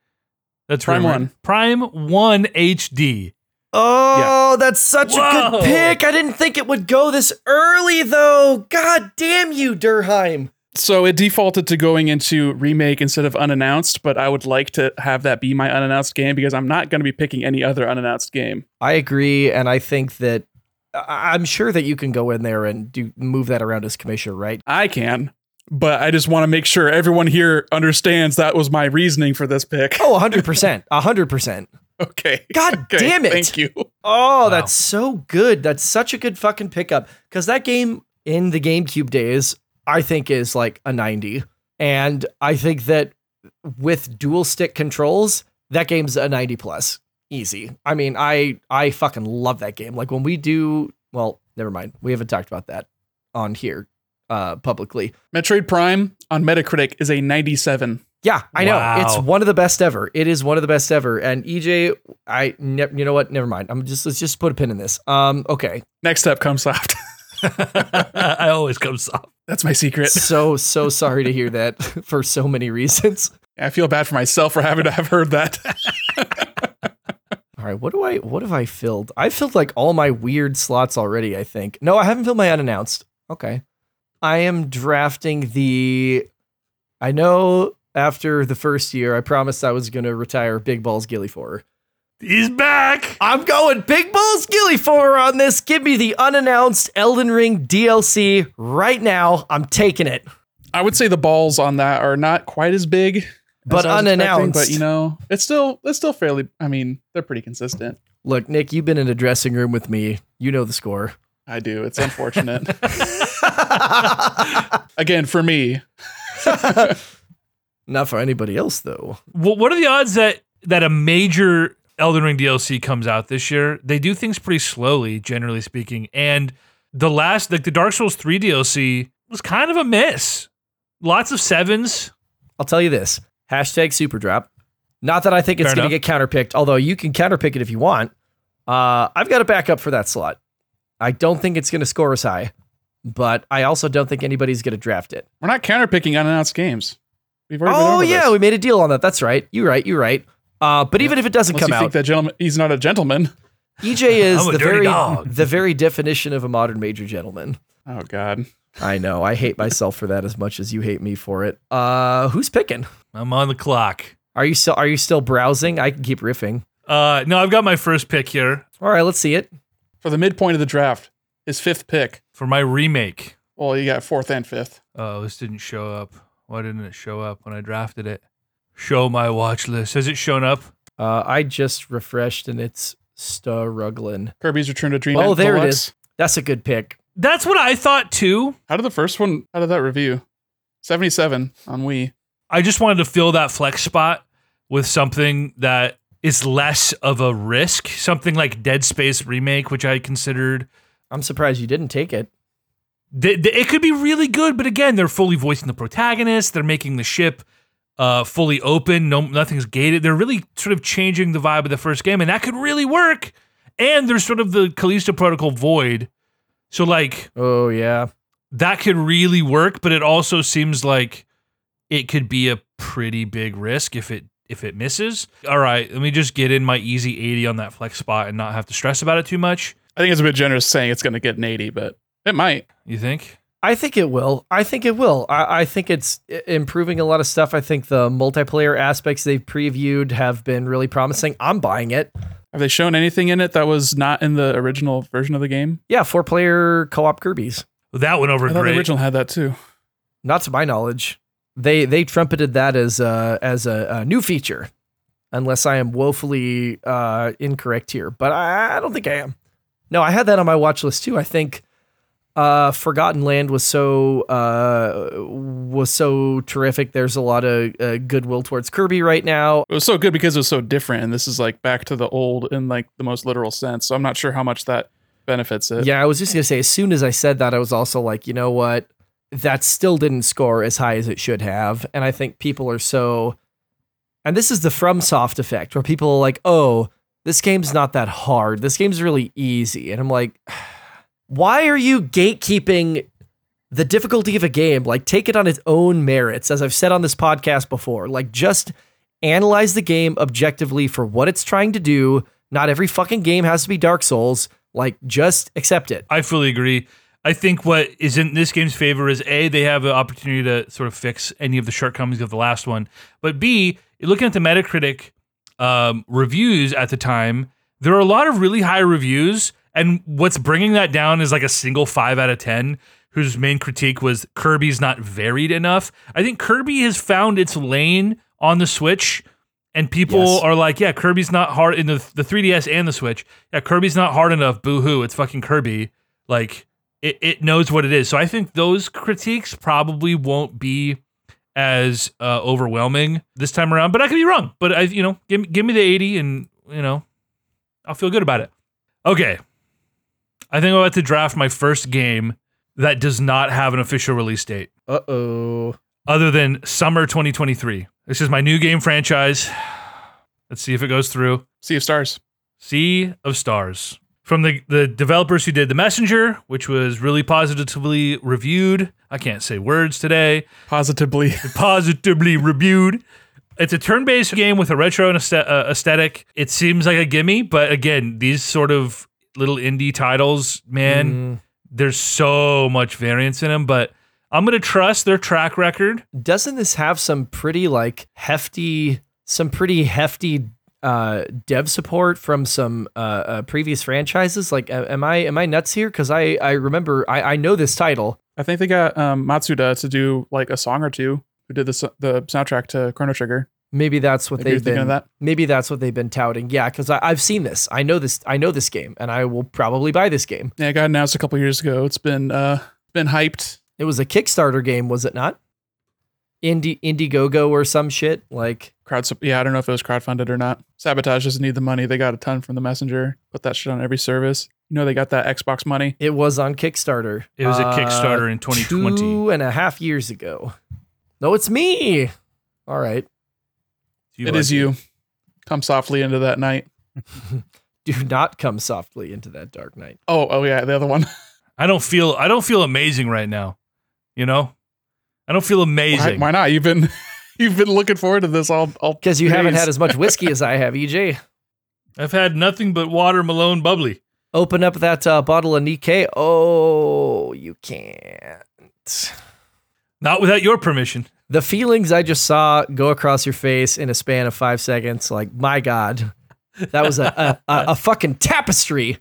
That's
Prime
rumored.
one.
Prime 1 HD.
Oh, that's such a
Whoa.
good pick. I didn't think it would go this early, though. God damn you, Durheim.
So it defaulted to going into remake instead of unannounced, but I would like to have that be my unannounced game because I'm not going to be picking any other unannounced game.
I agree, and I think that I- I'm sure that you can go in there and do move that around as commissioner, [LAUGHS] right?
I can, but I just want to make sure everyone here understands that was my reasoning for this pick.
Oh, 100%. 100%.
[LAUGHS] Okay.
God
Okay,
damn it.
Thank you.
Oh, that's so good. That's such a good fucking pickup. Because that game in the GameCube days, I think, is like a 90. And I think that with dual stick controls, that game's a 90 plus. Easy. I mean, I I fucking love that game. Like when we do well, never mind. We haven't talked about that on here uh publicly.
Metroid Prime on Metacritic is a 97.
Yeah, I
Wow.
know. It's one of the best ever. It is one of the best ever. And EJ, I ne- you know what? Never mind. I'm just let's just put a pin in this. Um, okay.
Next up, Soft.
[LAUGHS] I always come soft.
[LAUGHS] That's my secret.
so so sorry to hear that [LAUGHS] for so many reasons.
I feel bad for myself for having to have heard that. [LAUGHS]
All right, what do I what have I filled? I filled like all my weird slots already, I think. No, I haven't filled my unannounced. Okay. I am drafting the I know after the first year I promised I was going to retire Big Balls Gilly for.
He's back.
I'm going Big Balls Gilly for on this. Give me the unannounced Elden Ring DLC right now. I'm taking it.
I would say the balls on that are not quite as big, as
But
I was expecting, But
unannounced.
you know, it's still it's still fairly. I mean, they're pretty consistent.
Look, Nick, you've been in a dressing room with me. You know the score.
I do. It's unfortunate.
[LAUGHS]
Again,
[LAUGHS]
for me,
Not for anybody else, though.
Wh- what are the odds that that a major Elden Ring DLC comes out this year? They do things pretty slowly, generally speaking. And the last, like the Dark Souls three DLC, was kind of a miss. Lots of sevens.
I'll tell you this hashtag superdrop. Not that I think it's
Fair
going to
enough.
get counterpicked, although you can counterpick it if you want. Uh, I've got a backup for that slot. I don't think it's going to score as high, but I also don't think anybody's going to draft it.
we're not counterpicking unannounced games. We've already been
Oh,
over
yeah,
this.
we made a deal on that. That's right. You're right. You're right. Uh, but even if it doesn't
Unless
come
you
out,
think that gentleman, he's not a gentleman.
EJ is
[LAUGHS] I'm a
the
dirty
very
dog.
the very definition of a modern major gentleman.
Oh God,
I know. I hate myself for that as much as you hate me for it. Uh, who's picking?
I'm on the clock.
Are you still Are you still browsing? I can keep riffing.
Uh, no, I've got my first pick here
All right, let's see it.
for the midpoint of the draft, his fifth pick.
for my remake.
Well, you got fourth and fifth.
Oh, this didn't show up. Why didn't it show up when I drafted it? Show my watch list. Has it shown up?
Uh, I just refreshed and it's struggling.
Kirby's Return to Dreamland.
Oh, there it
Deluxe.
is. That's a good pick.
That's what I thought too.
How did the first one? How did that review? Seventy-seven on Wii.
I just wanted to fill that flex spot with something that is less of a risk, something like Dead Space remake, which I considered.
I'm surprised you didn't take it.
th- th- it could be really good, but again, they're fully voicing the protagonist. They're making the ship uh, fully open. No, nothing's gated. They're really sort of changing the vibe of the first game, and that could really work. And there's sort of the Callisto Protocol void, so like
Oh yeah.
that could really work. But it also seems like it could be a pretty big risk if it if it misses. All right, let me just get in my easy 80 on that flex spot and not have to stress about it too much.
I think it's a bit generous saying it's going to get an 80, but it might.
You think?
I think it will. I think it will. I, I think it's i- improving a lot of stuff. I think the multiplayer aspects they've previewed have been really promising. I'm buying it.
Have they shown anything in it that was not in the original version of the game?
Yeah, four player co op Kirby's.
That went over
I thought
great.
the original had that too.
Not to my knowledge. They they trumpeted that as a, as a, a new feature, unless I am woefully uh, incorrect here. But I, I don't think I am. No, I had that on my watch list too. I think uh, Forgotten Land was so uh, was so terrific. There's a lot of uh, goodwill towards Kirby right now.
It was so good because it was so different, and this is like back to the old in like the most literal sense. So I'm not sure how much that benefits it.
Yeah, I was just gonna say. As soon as I said that, I was also like, you know what? That still didn't score as high as it should have, and I think people are so. And this is the FromSoft effect, where people are like, "Oh, this game's not that hard. This game's really easy. And I'm like, [SIGHS] why are you gatekeeping the difficulty of a game? Like, take it on its own merits, as I've said on this podcast before. Like, just analyze the game objectively for what it's trying to do. Not every fucking game has to be Dark Souls. Like, just accept it.
I fully agree. I think what is in this game's favor is A, they have an opportunity to sort of fix any of the shortcomings of the last one. But B, looking at the Metacritic um, reviews at the time, there are a lot of really high reviews. And what's bringing that down is like a single five out of 10, whose main critique was Kirby's not varied enough. I think Kirby has found its lane on the Switch. And people
Yes.
are like, yeah, Kirby's not hard in the, the 3DS and the Switch. Yeah, Kirby's not hard enough. Boo hoo. It's fucking Kirby. Like, it, it knows what it is. So I think those critiques probably won't be as uh, overwhelming this time around. But I could be wrong. But I, you know, give me give me the eighty, and you know, I'll feel good about it. Okay, I think I'm about to draft my first game that does not have an official release date
Uh oh.
other than summer 2023. This is my new game franchise. Let's see if it goes through.
Sea of Stars.
Sea of Stars. From the, the developers who did The Messenger, which was really positively reviewed. I can't say words today.
Positively.
Positively reviewed. It's a turn based game with a retro and aesthe- uh, aesthetic. It seems like a gimme, but again, these sort of little indie titles, man,
Mm-hmm.
there's so much variance in them. But I'm going to trust their track record.
doesn't this have some pretty like hefty some pretty hefty uh dev support from some uh, uh previous franchises like a- am i am i nuts here because i i remember i i know this title
I think they got um, Matsuda to do like a song or two. Who did the s- the soundtrack to Chrono Trigger?
maybe that's what
Maybe you're
they've
thinking
been
of that.
maybe that's what they've been touting yeah because i've seen this i know this i know this game and i will probably buy this game
Yeah, it got announced a couple years ago. It's been uh been hyped.
it was a kickstarter game was it not indie indiegogo or some shit like
Crowd, sup- yeah, I don't know if it was crowdfunded or not. Sabotage doesn't need the money. They got a ton from the messenger. Put that shit on every service. You know they got that Xbox money.
It was on Kickstarter.
It was a
Uh,
Kickstarter in 2020.
Two and a half years ago. No, it's me. All right.
You
it
like
is you. Come softly into that night.
Do not come softly into that dark night.
Oh, oh yeah, the other one. [LAUGHS]
I don't feel I don't feel amazing right now. You know? I don't feel
why,
amazing.
why not? You've been [LAUGHS] you've been looking forward to this all all
Because you haven't
days. [LAUGHS]
had as much whiskey as I have, E
[LAUGHS]
EJ.
I've had nothing but water Malone bubbly.
Open up that uh, bottle of Nikkei. Oh, you can't.
Not without your permission.
The feelings I just saw go across your face in a span of five seconds, like, my God, that was a, a, a, a fucking tapestry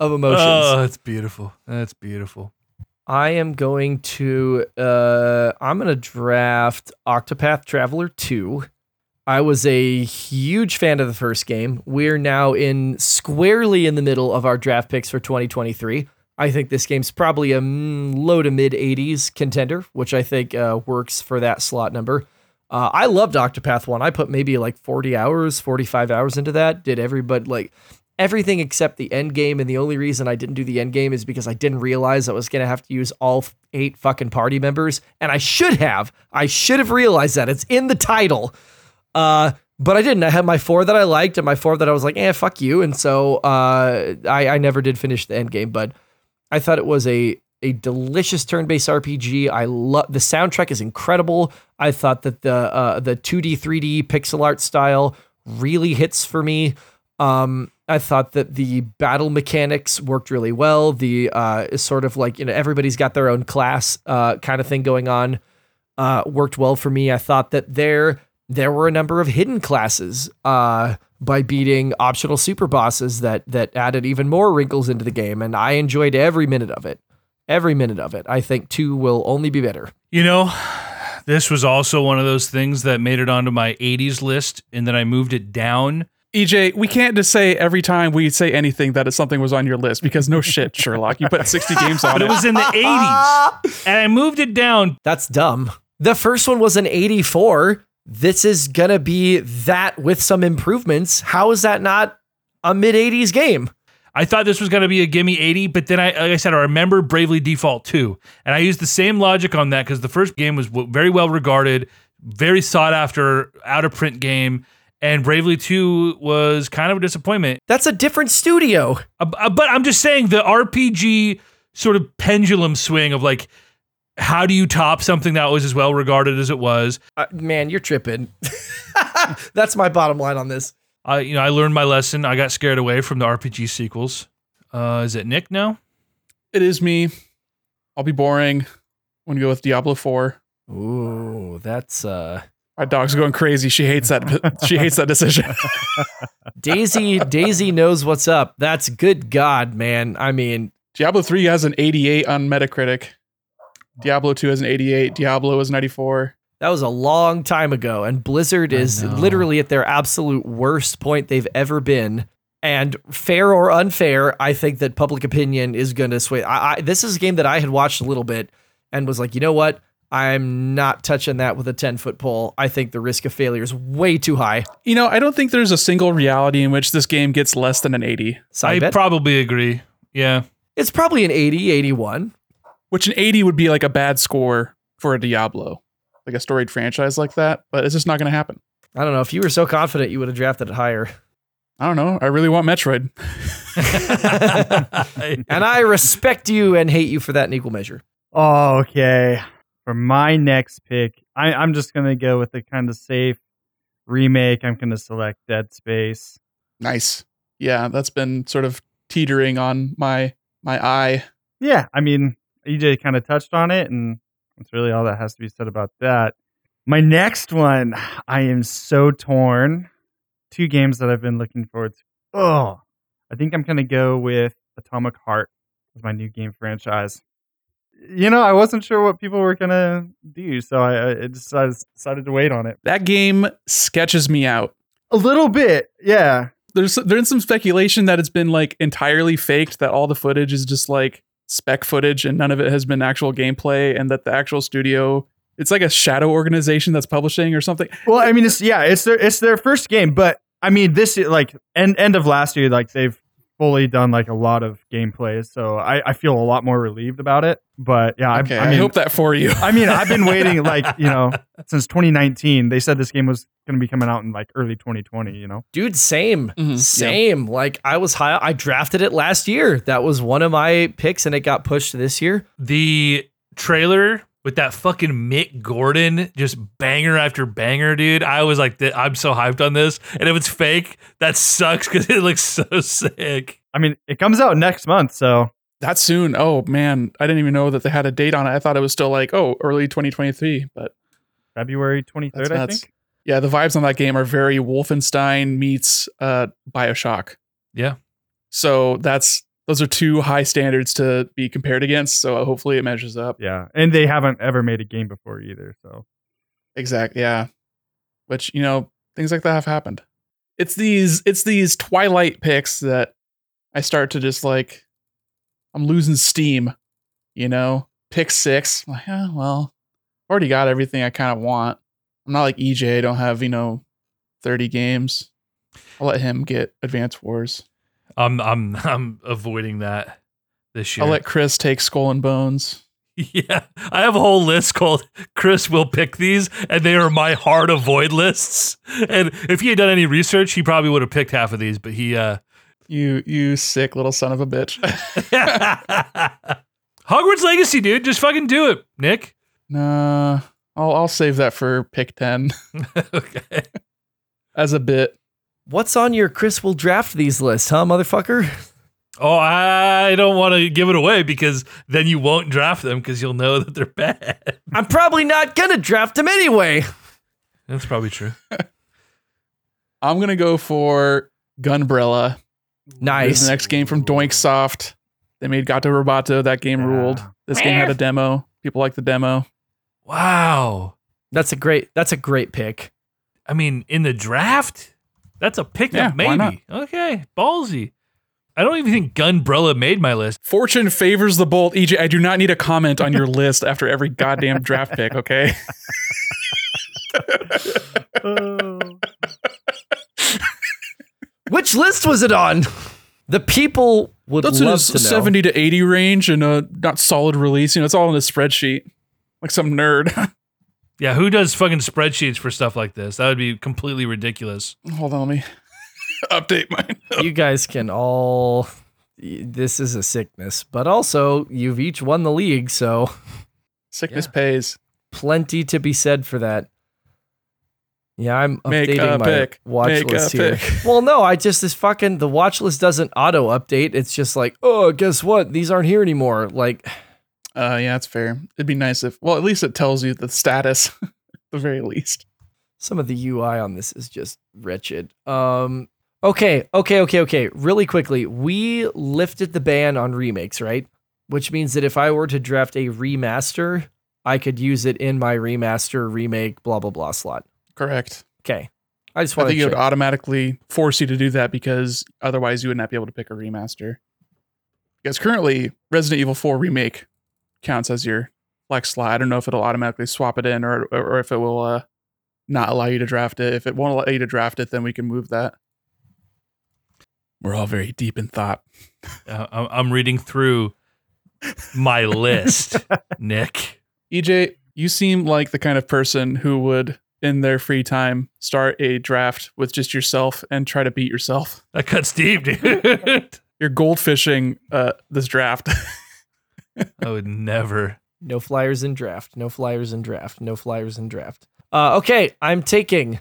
of emotions.
Oh, that's beautiful. That's beautiful.
I am going to uh I'm going to draft Octopath Traveler 2. I was a huge fan of the first game. We're now in squarely in the middle of our draft picks for 2023. I think this game's probably a mm, low to mid 80s contender, which I think uh, works for that slot number. Uh, I loved Octopath 1. I put maybe like 40 hours, 45 hours into that. Did everybody like everything except the end game. And the only reason I didn't do the end game is because I didn't realize I was going to have to use all f- eight fucking party members. And I should have. I should have realized that. It's in the title. Uh, but I didn't. I had my four that I liked and my four that I was like, eh, fuck you. And so uh, I, I never did finish the end game. But I thought it was a a delicious turn-based RPG. I love the soundtrack is incredible. I thought that the uh, the 2D 3D pixel art style really hits for me. Um, I thought that the battle mechanics worked really well. The uh, is sort of like you know everybody's got their own class uh, kind of thing going on uh, worked well for me. I thought that there there were a number of hidden classes uh, by beating optional super bosses that that added even more wrinkles into the game, and I enjoyed every minute of it. Every minute of it. I think two will only be better.
You know, this was also one of those things that made it onto my 80s list and then I moved it down.
EJ, E we can't just say every time we say anything that it's something was on your list because no shit, Sherlock.
[LAUGHS]
You put 60 games on
But it
it.
was in the 80s. And I moved it down.
That's dumb. The first one was an 84. This is gonna be that with some improvements. How is that not a mid 80s game?
I thought this was going to be a gimme 80, but then I, like I said, I remember Bravely Default 2. And I used the same logic on that because the first game was w- very well regarded, very sought after, out of print game. and Bravely 2 was kind of a disappointment.
That's a different studio.
Uh, b- uh, but I'm just saying the RPG sort of pendulum swing of like, how do you top something that was as well regarded as it was?
Uh, man, you're tripping. [LAUGHS] That's my bottom line on this.
I, you know, I learned my lesson. I got scared away from the RPG sequels. Uh, is it Nick now?
It is me. I'll be boring. I'm gonna go with Diablo Four.
Ooh, that's uh
My dog's going crazy. She hates that. [LAUGHS] she hates that decision.
Daisy Daisy knows what's up. That's good god, man. I mean,
Diablo 3 has an 88 on Metacritic. Diablo 2 has an 88. Diablo is 94.
that was a long time ago and Blizzard
I
is
know.
literally at their absolute worst point they've ever been. And fair or unfair, I think that public opinion is going to sway. I, I, this is a game that I had watched a little bit and was like, you know what? I'm not touching that with a 10 foot pole. I think the risk of failure is way too high.
You know, I don't think there's a single reality in which this game gets less than an 80.
Side bet.
probably agree. Yeah.
it's probably an 80, 81.
Which an 80 would be like a bad score for a Diablo, like a storied franchise like that. But it's just not going to happen.
I don't know. If you were so confident, you would have drafted it higher.
I don't know. I really want Metroid.
[LAUGHS] And I [LAUGHS] respect you and hate you for that in equal measure.
Oh, okay. For my next pick, I, I'm just gonna go with a kind of safe remake. I'm gonna select Dead Space.
Nice. Yeah, that's been sort of teetering on my my eye.
Yeah, I mean, EJ kind of touched on it, and that's really all that has to be said about that. My next one, [SIGHS] I am so torn. Two games that I've been looking forward to. Oh, I think I'm gonna go with Atomic Heart as my new game franchise. You know, I wasn't sure what people were gonna do, so I, I just I decided to wait on it
That game sketches me out.
a little bit. Yeah,
there's there's some speculation that it's been like entirely faked that all the footage is just like spec footage and none of it has been actual gameplay and that the actual studio it's like a shadow organization that's publishing or something
Well, I mean, it's yeah, it's their it's their first game, but I mean, this is like end end of last year, like they've fully done like a lot of gameplay, so I, I feel a lot more relieved about it. But yeah,
okay
I,
i,
I mean,
hope that for you
I mean, I've been
[LAUGHS]
waiting like you know since 2019. They said this game was going to be coming out in like early 2020. You know,
Dude, same.
Mhm, yeah.
Same. Like I was high. I drafted it last year. That was one of my picks and it got pushed to this year.
[LAUGHS] the trailer with that fucking Mick Gordon, just banger after banger, dude. I was like, th- I'm so hyped on this. And if it's fake, that sucks because [LAUGHS] it looks so sick.
I mean, it comes out next month, so
that soon oh man i didn't even know that they had a date on it i thought it was still like oh early 2023 but
February 23rd,
that's
I
nuts
think.
yeah the vibes on that game are very wolfenstein meets uh bioshock
Yeah.
so that's those are two high standards to be compared against so hopefully it measures up
Yeah, and they haven't ever made a game before either, [LAUGHS] so
Exactly. Yeah. Which, you know, things like that have happened. It's these it's these twilight picks that I start to just like I'm losing steam, you know? Pick 6. I'm like, "Ah, well, already got everything I kind of want. I'm not like EJ, I don't have, you know, 30 games. I'll let him get Advance Wars.
I'm I'm [LAUGHS] I'm avoiding that this year.
I'll let Chris take Skull and Bones.
[LAUGHS] yeah. I have a whole list called Chris will pick these, and they are my hard avoid lists. And if he had done any research, he probably would have picked half of these, but he uh [LAUGHS]
You you sick little son of a bitch.
Hogwarts Legacy, dude. Just fucking do it, Nick. [LAUGHS]
nah. I'll I'll save that for pick 10
okay.
[LAUGHS] as a bit.
What's on your Chris will draft these lists, huh, motherfucker? [LAUGHS]
Oh, I don't want to give it away because then you won't draft them because you'll know that they're [LAUGHS] bad.
I'm probably not gonna draft him anyway.
That's probably true.
I'm gonna go for Gunbrella. It's
Nice.
the next game from Doink Soft. They made Gato Roboto. That game
Yeah.
ruled. This game had a demo. People like the demo.
Wow.
That's a great that's a great pick.
I mean, in the draft, that's a pickup,
Yeah, why
maybe. Okay, ballsy. I don't even think Gunbrella made my list.
Fortune favors the bolt. EJ, I do not need a comment [LAUGHS] on your list after every goddamn draft pick. [LAUGHS] Okay.
Oh.
Which list was it on? [LAUGHS] The people would
That's in
love
his
to know.
70 to 80 range and a not solid release. You know, it's all in a spreadsheet. Like some nerd. [LAUGHS]
Yeah, who does fucking spreadsheets for stuff like this? That would be completely ridiculous.
Hold on, let me [LAUGHS] update mine.
you guys can all. This is a sickness, but also you've each won the league, so
Sickness pays.
plenty to be said for that. Yeah, I'm
Make
updating
a
my
pick.
watch
Make a
list here.
pick.
well, no, I just this fucking the watch list doesn't auto update. It's just like, oh, guess what? These aren't here anymore. Like,
Uh, yeah, that's fair. It'd be nice if, well, at least it tells you the status, [LAUGHS] at the very least.
some of the UI on this is just wretched. Um okay, okay, okay, okay. Really quickly, we lifted the ban on remakes, right? Which means that if I were to draft a remaster, I could use it in my remaster remake blah blah blah slot.
Correct.
Okay. I just
I
want to
think
check.
it would automatically force you to do that because otherwise you would not be able to pick a remaster. Because currently, Resident Evil 4 Remake counts as your flex slot. I don't know if it'll automatically swap it in or, or if it will uh, not allow you to draft it. If it won't allow you to draft it, then we can move that. We're all very deep in thought.
Uh, I'm- I'm reading through
[LAUGHS]
my list, Nick.
EJ, E you seem like the kind of person who would, in their free time, start a draft with just yourself and try to beat yourself.
That cuts deep, dude. [LAUGHS]
You're goldfishing uh, this draft. [LAUGHS]
I would never.
No flyers in draft. No flyers in draft. No flyers in draft. Uh, okay, I'm taking,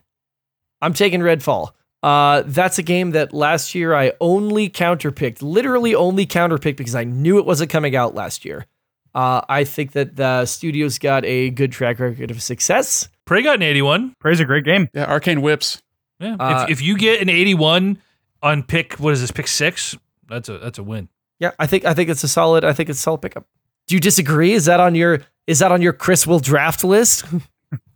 I'm taking Redfall. Uh, that's a game that last year I only counterpicked, literally only counterpicked because I knew it wasn't coming out last year. Uh, I think that the studio's got a good track record of success.
Prey got an 81.
Praise a great game.
yeah, Arcane Whips.
Yeah.
Uh,
if, if you get an 81 on pick, what is this? Pick six. That's a that's a win.
Yeah, I think I think it's a solid. I think it's a solid pickup. Do you disagree? Is that on your is that on your Chris will draft list? [LAUGHS]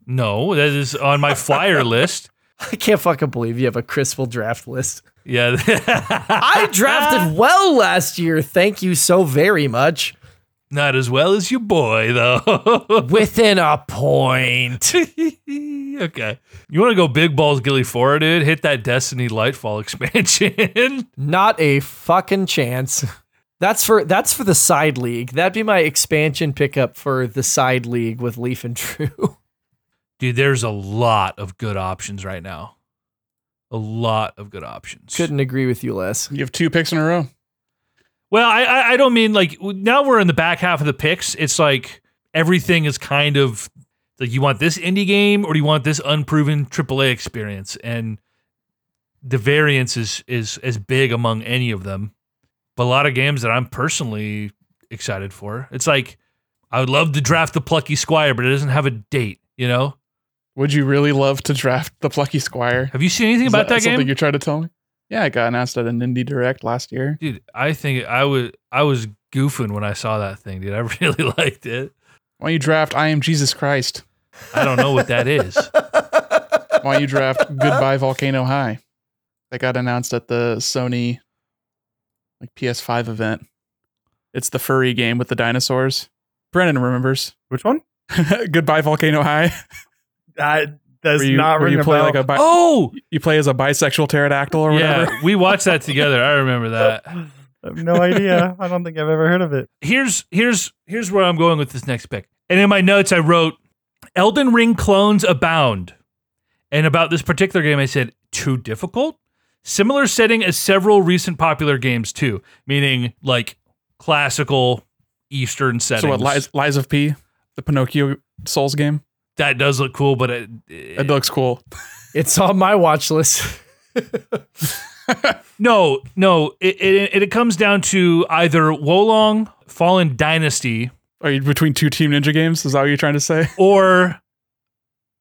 No, that is on my flyer list.
I can't fucking believe you have a Chris will draft list.
Yeah.
I [LAUGHS] drafted well last year. Thank you so very much.
Not as well as your boy, though. [LAUGHS]
Within a point.
okay. You want to go big balls, Gilly Four, dude? Hit that Destiny Lightfall [LAUGHS] expansion.
Not a fucking chance. That's for that's for the side league. That'd be my expansion pickup for the side league with Leaf and True.
dude, there's a lot of good options right now. A lot of good
[LAUGHS]
options.
Couldn't agree with you less.
You have two picks in a row.
Well, I, I I don't mean like now we're in the back half of the picks. It's like everything is kind of like you want this indie game or do you want this unproven AAA experience, and the variance is is as big among any of them. But a lot of games that I'm personally excited for. It's like I would love to draft the Plucky Squire, but it doesn't have a date. You know?
Would you really love to draft the Plucky Squire?
Have you seen anything
Is
about that,
something
game?
you tried to tell me? Yeah, I got announced at an indie direct last year.
Dude, I think I would I was goofing when I saw that thing, dude. I [LAUGHS] really liked it.
Why don't you draft I Am Jesus Christ?
I don't know what that is.
Why don't you draft Goodbye Volcano High? That got announced at the Sony like PS5 event. It's the furry game with the dinosaurs. Brennan remembers. [LAUGHS]
Which one?
Goodbye Volcano High.
That does
Where you,
not
where
ring
you
a
play
bell.
like a bi-
Oh,
you play as a bisexual pterodactyl or whatever.
yeah, we watched
[LAUGHS]
that together. I remember that.
I have no idea. I don't think I've ever heard of it.
Here's here's here's where I'm going with this next pick. And in my notes, I wrote Elden Ring clones abound. And about this particular game, I said too difficult. Similar setting as several recent popular games too, meaning like classical Eastern settings.
So what lies, lies of P, the Pinocchio Souls game?
that does look cool, but it,
It looks cool.
It's on my watch list.
No, no. It, it it comes down to either Wolong, Fallen Dynasty,
Are you between two Team Ninja games? Is that what you're trying to say?
or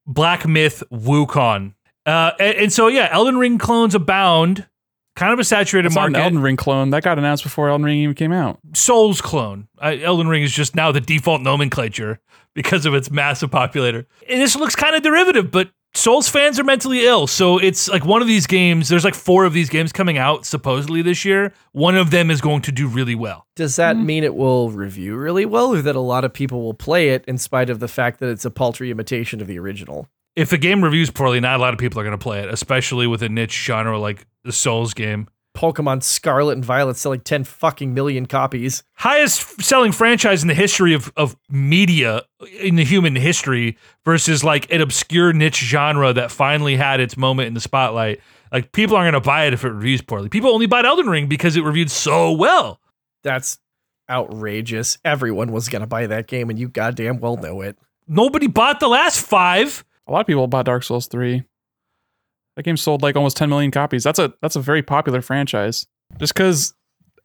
Black Myth Wukong. Uh, and, and so yeah, Elden Ring clones abound. Kind of a saturated
It's not an
market.
Elden Ring clone that got announced before Elden Ring even came out.
Souls clone. I, Elden Ring is just now the default nomenclature because of its massive populator. And this looks kind of derivative, but Souls fans are mentally ill. So it's like one of these games, there's like four of these games coming out supposedly this year. One of them is going to do really well.
Does that mean it will review really well or that a lot of people will play it in spite of the fact that it's a paltry imitation of the original?
if a game reviews poorly, not a lot of people are going to play it, especially with a niche genre like the Souls game.
Pokemon Scarlet and Violet selling 10 fucking million copies.
highest selling franchise in the history of, of media in the human history versus like an obscure niche genre that finally had its moment in the spotlight. Like people aren't going to buy it if it reviews poorly. People only bought Elden Ring because it reviewed so well.
That's outrageous. Everyone was going to buy that game, and you goddamn well know it.
Nobody bought the last five.
A lot of people bought Dark Souls 3. That game sold like almost 10 million copies. That's a that's a very popular franchise. Just cuz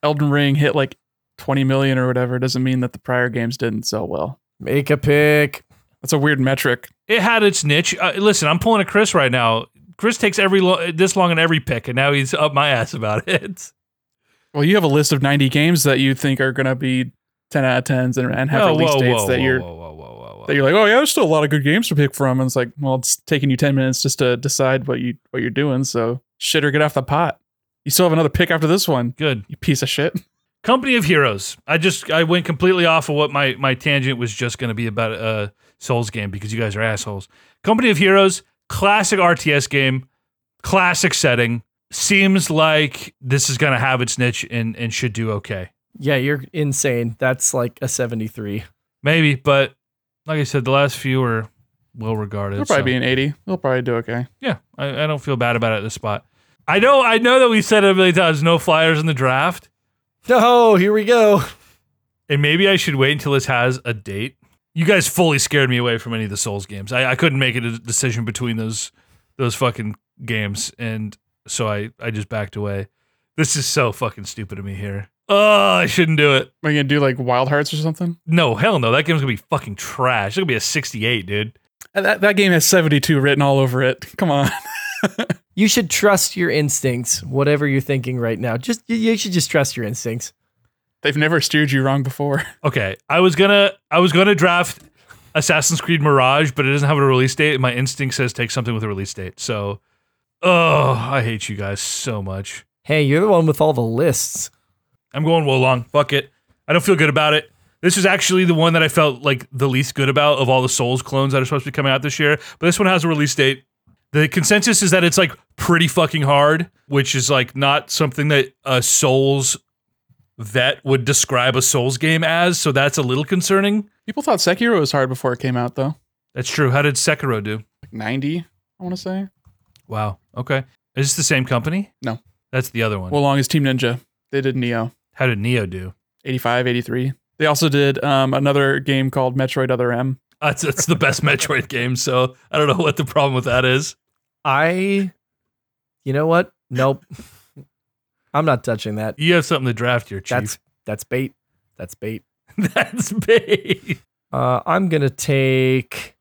Elden Ring hit like 20 million or whatever doesn't mean that the prior games didn't sell well.
Make a pick.
That's a weird metric.
It had its niche. Uh, listen, I'm pulling a Chris right now. Chris takes every lo- this long on every pick, and now he's up my ass about it.
Well, you have a list of 90 games that you think are going to be 10 out of 10s and, and have
[LAUGHS] Oh,
release dates that you're
whoa, whoa, whoa, whoa, whoa.
that you're like, "Oh yeah, there's still a lot of good games to pick from." And it's like, "Well, it's taking you 10 minutes just to decide what you what you're doing, so shit or get off the pot." You still have another pick after this one,
Good.
you piece of shit.
Company of Heroes. I just I went completely off of what my my tangent was just going to be about uh Souls game because you guys are assholes. Company of Heroes, classic RTS game, classic setting. Seems like this is going to have its niche and and should do okay.
Yeah, you're insane. That's like a 73.
Maybe, but like I said, the last few were well regarded.
It'll probably
so-
be an 80. It'll probably do okay.
yeah, I, I don't feel bad about it at this spot. I know I know that we said it a million times. No flyers in the draft,
No, here we go.
and maybe I should wait until this has a date. You guys fully scared me away from any of the Souls games. I, I couldn't make a de- decision between those those fucking games, and so I I just backed away. This is so fucking stupid of me here. Oh, I shouldn't do it.
Are you gonna do like Wild Hearts or something?
No, hell no. That game's gonna be fucking trash. It's gonna be a sixty-eight, dude.
Uh, That, that game has 72 written all over it. [LAUGHS] Come on.
You should trust your instincts, whatever you're thinking right now. Just you- you should just trust your instincts.
They've never steered you wrong before. [LAUGHS]
Okay, I was gonna I was gonna draft Assassin's Creed Mirage, but it doesn't have a release date. and My instinct says take something with a release date. So, oh, I hate you guys so much.
Hey, you're the one with all the lists.
I'm going Wolong. Fuck it. I don't feel good about it. This is actually the one that I felt like the least good about of all the Souls clones that are supposed to be coming out this year. But this one has a release date. The consensus is that it's like pretty fucking hard, which is like not something that a Souls vet would describe a Souls game as. So that's a little concerning.
People thought Sekiro was hard before it came out, though.
That's true. How did Sekiro do?
Like 90, I want to say.
Wow. Okay. Is this the same company?
No.
That's the other one.
Well, long is Team Ninja. They did Neo
How did Neo do?
85, 83. They also did um, another game called Metroid Other M.
That's, that's the best [LAUGHS] Metroid game. So I don't know what the problem with that is.
I you know what? Nope. [LAUGHS] I'm not touching that.
You have something to draft here, Chief.
That's that's bait. That's bait.
That's [LAUGHS] big.
Uh, I'm gonna take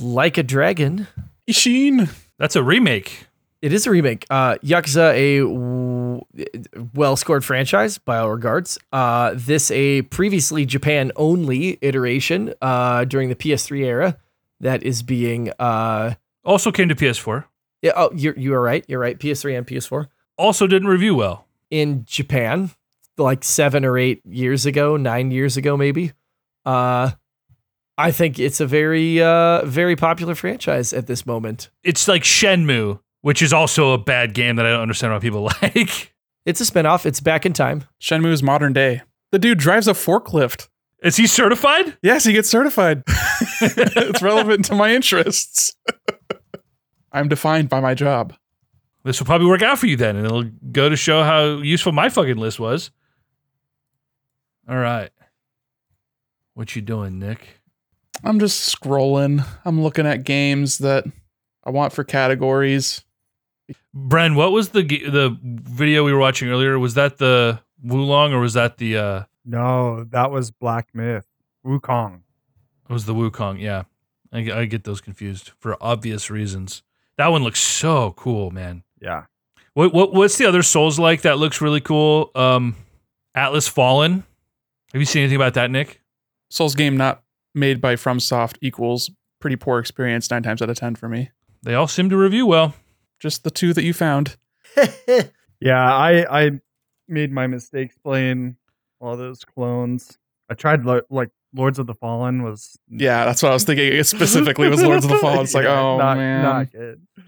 like a dragon.
Ishin.
That's a remake.
It is a remake. Uh, Yakuza, a w- well-scored franchise by all regards. Uh, this a previously Japan-only iteration uh, during the PS3 era that is being. Uh,
Also came to PS4.
yeah, oh, you're you are right. You're right. PS3 and PS4
Also didn't review well.
in Japan, like seven or eight years ago, nine years ago, maybe. Uh, I think it's a very uh, very popular franchise at this moment.
It's like Shenmue, which is also a bad game that I don't understand why people [LAUGHS] like.
It's a spinoff. It's back in time.
Shenmue's modern day. The dude drives a forklift.
Is he certified?
Yes, he gets certified. [LAUGHS] it's relevant to my interests. [LAUGHS] I'm defined by my job.
This will probably work out for you then, and it'll go to show how useful my fucking list was. All right. What you doing, Nick?
I'm just scrolling. I'm looking at games that I want for categories.
Bren, what was the g- the video we were watching earlier? Was that the Wulong or was that the uh
No, that was Black Myth. Wukong.
It was the Wukong, yeah. I, get- I get those confused for obvious reasons. That one looks so cool, man.
Yeah.
What, what what's the other Souls like that looks really cool? Um, Atlas Fallen. Have you seen anything about that, Nick?
Souls game not made by FromSoft equals pretty poor experience nine times out of ten for me.
They all seem to review well. [LAUGHS]
Just the two that you found.
Yeah, I I made my mistakes playing all those clones. I tried lo- like Lords of the Fallen was [LAUGHS]
Yeah, that's what I was thinking. It specifically was Lords of the Fallen. It's like,
Yeah,
oh
not,
man,
not good. And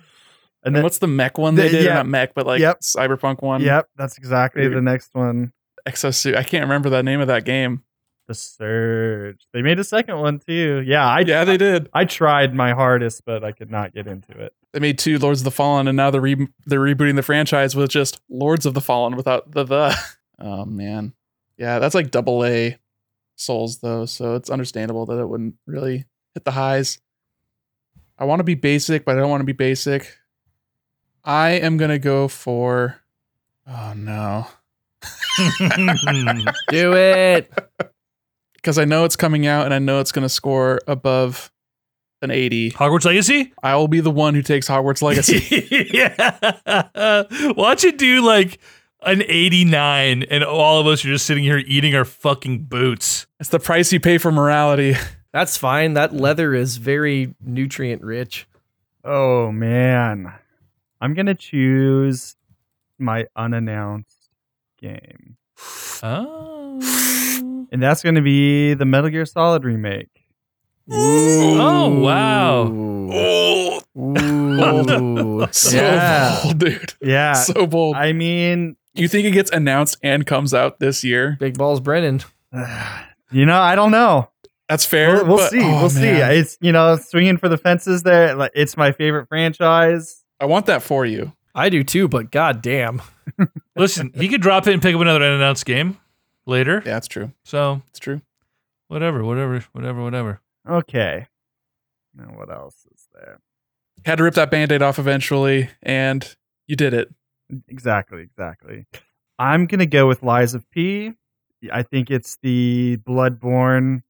And
then,
what's the mech one they
The-
did?
yeah.
Not mech, but like
Yep.
cyberpunk one.
yep, that's exactly
Dude.
the next one.
Exosuit. I can't remember the name of that game.
The Surge. They made a second one too. Yeah, I
yeah, they did.
I tried my hardest, but I could not get into it.
They made two Lords of the Fallen, and now they're re- they're rebooting the franchise with just Lords of the Fallen without the the. [LAUGHS] Oh man, yeah, that's like double A souls though, so it's understandable that it wouldn't really hit the highs. I want to be basic, but I don't want to be basic. I am gonna go for. Oh no,
Do it.
because I know it's coming out, and I know it's gonna score above an eighty.
Hogwarts Legacy?
I will be the one who takes
[LAUGHS]
Hogwarts Legacy.
yeah. Watch it do like an 89, and all of us are just sitting here eating our fucking boots.
it's the price you pay for morality. [LAUGHS]
That's fine. That leather is very nutrient rich.
Oh man. I'm gonna choose my unannounced game.
Oh.
And that's gonna be the Metal Gear Solid remake.
Oh, wow.
Oh, [LAUGHS]
Ooh.
so
Yeah.
bold, dude. [LAUGHS]
Yeah.
so bold.
I mean [SIGHS]
you think it gets announced and comes out this year?
Big balls, Brennan.
you know, I don't know.
That's fair.
We'll, we'll
but-
see.
oh,
we'll see.
man.
It's you know swinging for the fences there. Like it's my favorite franchise.
I want that for you.
I do too, but goddamn.
Listen, he could drop it and pick up another unannounced game later.
Yeah, that's true.
So,
It's true.
whatever, whatever, whatever, whatever.
Okay. Now what else is there?
Had to rip that band-aid off eventually, and you did it.
Exactly. Exactly. I'm gonna go with Lies of P. I think it's the Bloodborne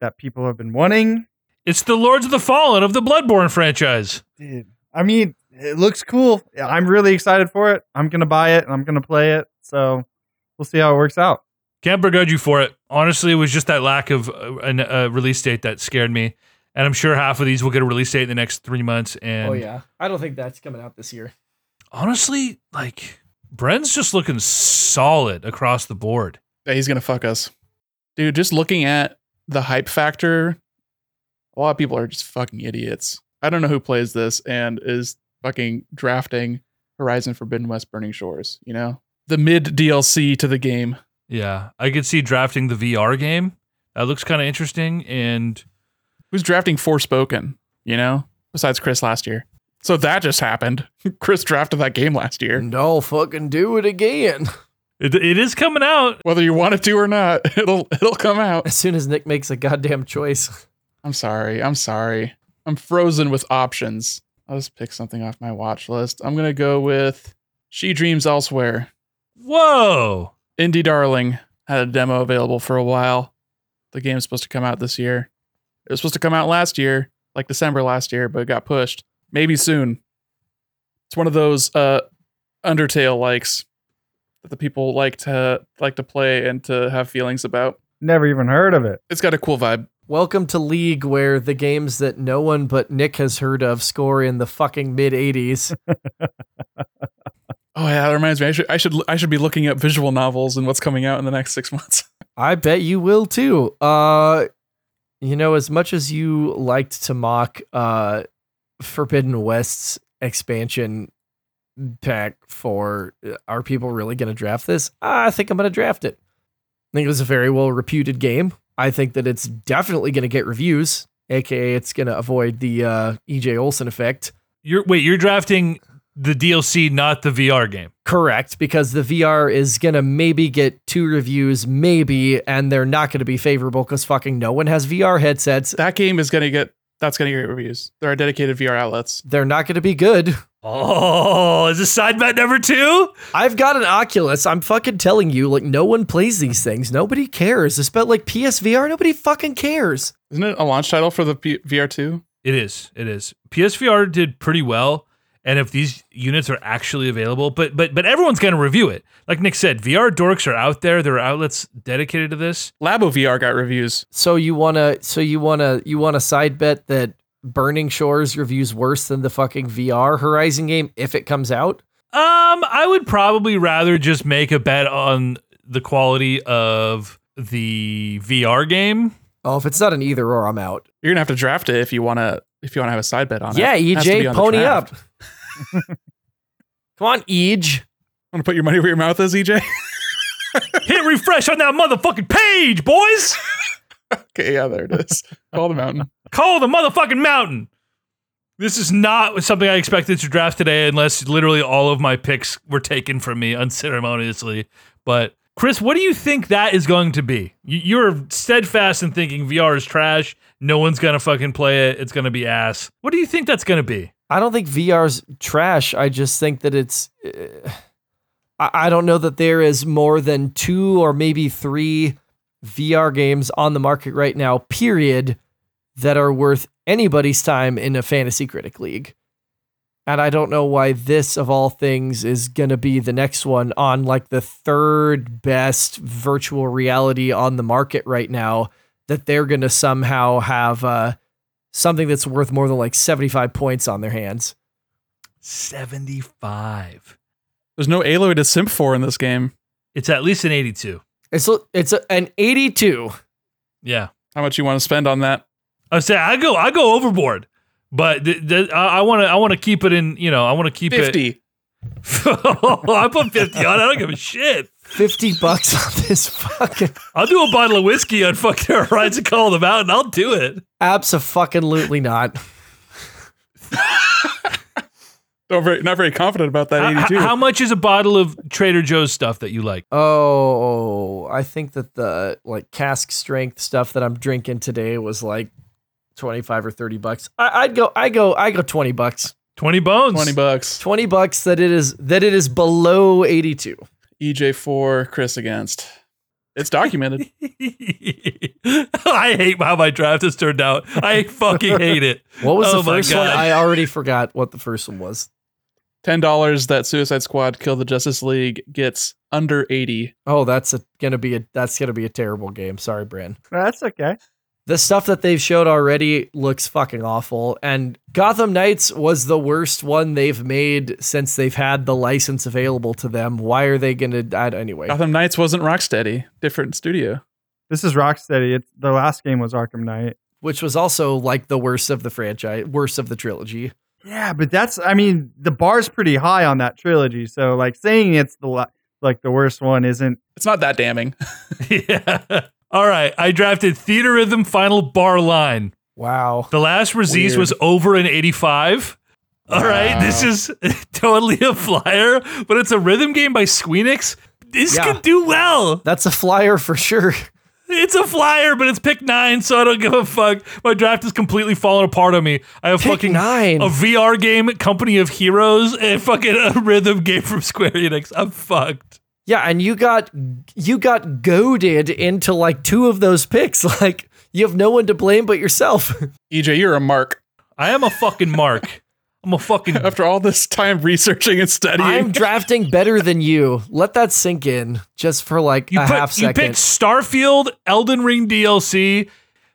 that people have been wanting.
It's the Lords of the Fallen of the Bloodborne franchise.
Dude, I mean, it looks cool. I'm really excited for it. I'm gonna buy it and I'm gonna play it. So we'll see how it works out.
Can't begrudge you for it. Honestly, it was just that lack of uh, an- a release date that scared me. And I'm sure half of these will get a release date in the next three months. And
oh yeah. I don't think that's coming out this year.
honestly, like Bren's just looking solid across the board.
Yeah, he's gonna fuck us, dude. Just looking at the hype factor, a lot of people are just fucking idiots. I don't know who plays this and is fucking drafting Horizon Forbidden West Burning Shores. You know, the mid DLC to the game.
Yeah, I could see drafting the VR game. That looks kind of interesting. And
who's drafting Forspoken, you know, besides Chris last year. So that just happened. [LAUGHS] Chris drafted that game last year.
No, fucking do it again. [LAUGHS]
it, it is coming out.
Whether you want it to or not, [LAUGHS] it'll it'll come out.
As soon as Nick makes a goddamn choice.
I'm sorry. I'm sorry. I'm frozen with options. I'll just pick something off my watch list. I'm gonna go with She Dreams Elsewhere.
Whoa.
Indie Darling had a demo available for a while. The game's supposed to come out this year. It was supposed to come out last year, like December last year, but it got pushed. Maybe soon. It's one of those uh Undertale likes that the people like to like to play and to have feelings about.
Never even heard of it.
It's got a cool vibe.
Welcome to League, where the games that no one but Nick has heard of score in the fucking mid 80s.
Oh yeah, that reminds me. I should I should I should be looking up visual novels and what's coming out in the next six [LAUGHS] months.
I bet you will too. Uh, you know, as much as you liked to mock uh, Forbidden West's expansion pack for uh, are people really going to draft this? I think I'm going to draft it. I think it was a very well reputed game. I think that it's definitely going to get reviews, aka it's going to avoid the uh, EJ Olsen effect.
You're wait, you're drafting the DLC, not the VR game.
Correct, because the VR is gonna maybe get two reviews, maybe, and they're not gonna be favorable because fucking no one has VR headsets.
That game is gonna get that's gonna get reviews. There are dedicated VR outlets.
They're not gonna be good. [LAUGHS]
Oh, is this side bet number two?
I've got an Oculus. I'm fucking telling you, like no one plays these things. Nobody cares. It's about like PSVR. Nobody fucking cares.
Isn't it a launch title for the P- VR two?
It is. It is. PSVR did pretty well, and if these units are actually available, but but but everyone's going to review it. Like Nick said, VR dorks are out there. There are outlets dedicated to this.
Labo VR got reviews.
So you wanna, so you wanna, you wanna side bet that Burning Shores reviews worse than the fucking VR Horizon game if it comes out.
Um, I would probably rather just make a bet on the quality of the VR game.
Oh, if it's not an either or, I'm out.
You're gonna have to draft it if you wanna if you wanna have a side bet on
yeah,
it. It has to be
EJ,
on the
pony
draft. E
up.
[LAUGHS]
Come on, Ej.
I'm gonna put your money where your mouth is, E EJ.
Hit refresh on that motherfucking page, boys.
[LAUGHS] okay, yeah, there it is. Call the mountain.
Call the motherfucking mountain. This is not something I expected to draft today, unless literally all of my picks were taken from me unceremoniously. But Chris, what do you think that is going to be? You- You're steadfast in thinking VR is trash. No one's gonna fucking play it. It's gonna be ass. What do you think that's gonna be?
I don't think VR's trash. I just think that it's. uh, I I don't know that there is more than two or maybe three VR games on the market right now, period, that are worth anybody's time in a fantasy critic league. And I don't know why this, of all things, is going to be the next one on like the third best virtual reality on the market right now, that they're going to somehow have. Uh, something that's worth more than like 75 points on their hands.
Seventy-five.
There's no Aloy to simp for in this game.
It's at least an eighty-two.
It's it's an 82.
Yeah.
How much you want to spend on that?
I say I go I go overboard, but th- th- I want to I want to keep it in you know I want to keep it.
Fifty.
[LAUGHS] I put fifty on. it. I don't give a shit.
50 [LAUGHS] bucks on this fucking [LAUGHS]
I'll do a bottle of whiskey on fucking [LAUGHS] rides and call them out, and I'll do it.
absolutely not.
Don't very not very confident about that
How,
eighty-two.
how much is a bottle of Trader Joe's stuff that you like?
Oh, I think that the like cask strength stuff that I'm drinking today was like 25 or 30 bucks. I, I'd go I go I go 20 bucks.
Twenty bones.
Twenty bucks.
20 bucks that it is that it is below 82.
EJ for E Chris against.
[LAUGHS]
It's documented.
[LAUGHS] I hate how my draft has turned out. I fucking hate it. [LAUGHS]
What was
Oh
the
my
first one?
God.
I already forgot what the first one was.
Ten dollars that Suicide Squad killed the Justice League gets under eighty.
Oh, that's a, gonna be a that's gonna be a terrible game. Sorry, Bran.
That's okay.
the stuff that they've showed already looks fucking awful and gotham knights was the worst one they've made since they've had the license available to them why are they gonna add anyway
Gotham Knights wasn't Rocksteady, different studio.
This is Rocksteady. It's, the last game was Arkham Knight.
which was also like the worst of the franchise worst of the trilogy
Yeah, but that's I mean the bar's pretty high on that trilogy. So like saying it's the la- like the worst one isn't.
It's not that damning.
yeah. All right. I drafted Theater Rhythm Final Bar Line.
wow
The last Raziz
Weird.
was over in 85. All right, this is [LAUGHS] totally a flyer, but it's a rhythm game by Squeenix. This
Yeah.
could do well.
that's a flyer for
[LAUGHS]
sure
It's a flyer, but it's pick nine, so I don't give a fuck. My draft is completely falling apart on me. I have
Pick
fucking
nine.
a VR game, Company of Heroes, and fucking a rhythm game from [LAUGHS] Square Enix. I'm fucked.
yeah and you got you got goaded into like two of those picks [LAUGHS] like you have no one to blame but yourself
EJ, E you're a mark.
I am a fucking mark. I'm a
[LAUGHS]
fucking.
[LAUGHS] After all this time researching and
i'm
[LAUGHS]
studying,
drafting better than you let that sink in just for like
You
a
put-
half
you
second
picked Starfield, Elden Ring DLC.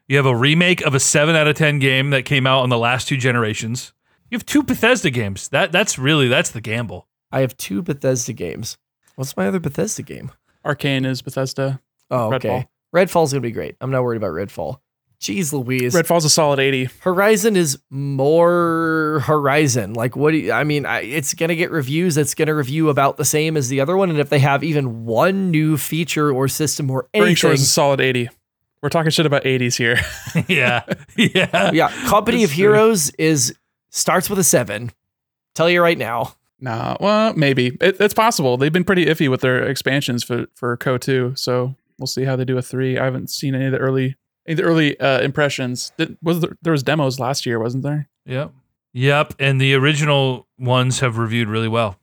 You have a remake of a seven out of ten game that came out on the last two generations. You have two Bethesda games. That that's really that's the gamble. [LAUGHS]
I have two Bethesda games. What's my other Bethesda game?
Arcane is Bethesda.
Oh, okay.
Redfall.
Redfall's gonna be great. I'm not worried about Redfall. Jeez Louise.
Red Falls a solid eighty.
Horizon is more Horizon. Like, what do you, I mean, I, it's going to get reviews. It's going to review about the same as the other one. And if they have even one new feature or system or
Burning
anything, [LAUGHS]
Shores is a solid eighty. We're talking shit about eighties here. [LAUGHS]
yeah, [LAUGHS] yeah.
yeah, Company of
That's true.
Heroes is starts with a seven. Tell you right now.
Nah, well, maybe it, it's possible. They've been pretty iffy with their expansions for for Co two, so we'll see how they do with three. I haven't seen any of the early any of the early uh, impressions. Did, was there, there was demos last year, wasn't there?
Yep. Yep. And the original ones have reviewed really well.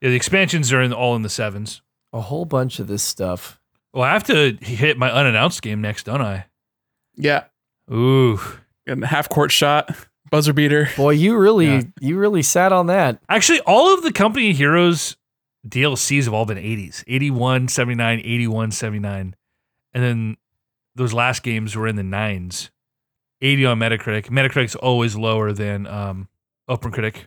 Yeah, the expansions are in all in the sevens.
A whole bunch of this stuff.
Well, I have to hit my unannounced game next, don't I?
Yeah,
Ooh.
and half court shot, buzzer beater.
Boy, you really,
Yeah.
you really sat on that.
Actually, all of the Company of Heroes DLCs have all been 80s 81, 79, 81, 79. And then those last games were in the nines 80 on Metacritic. Metacritic's always lower than um, Open Critic.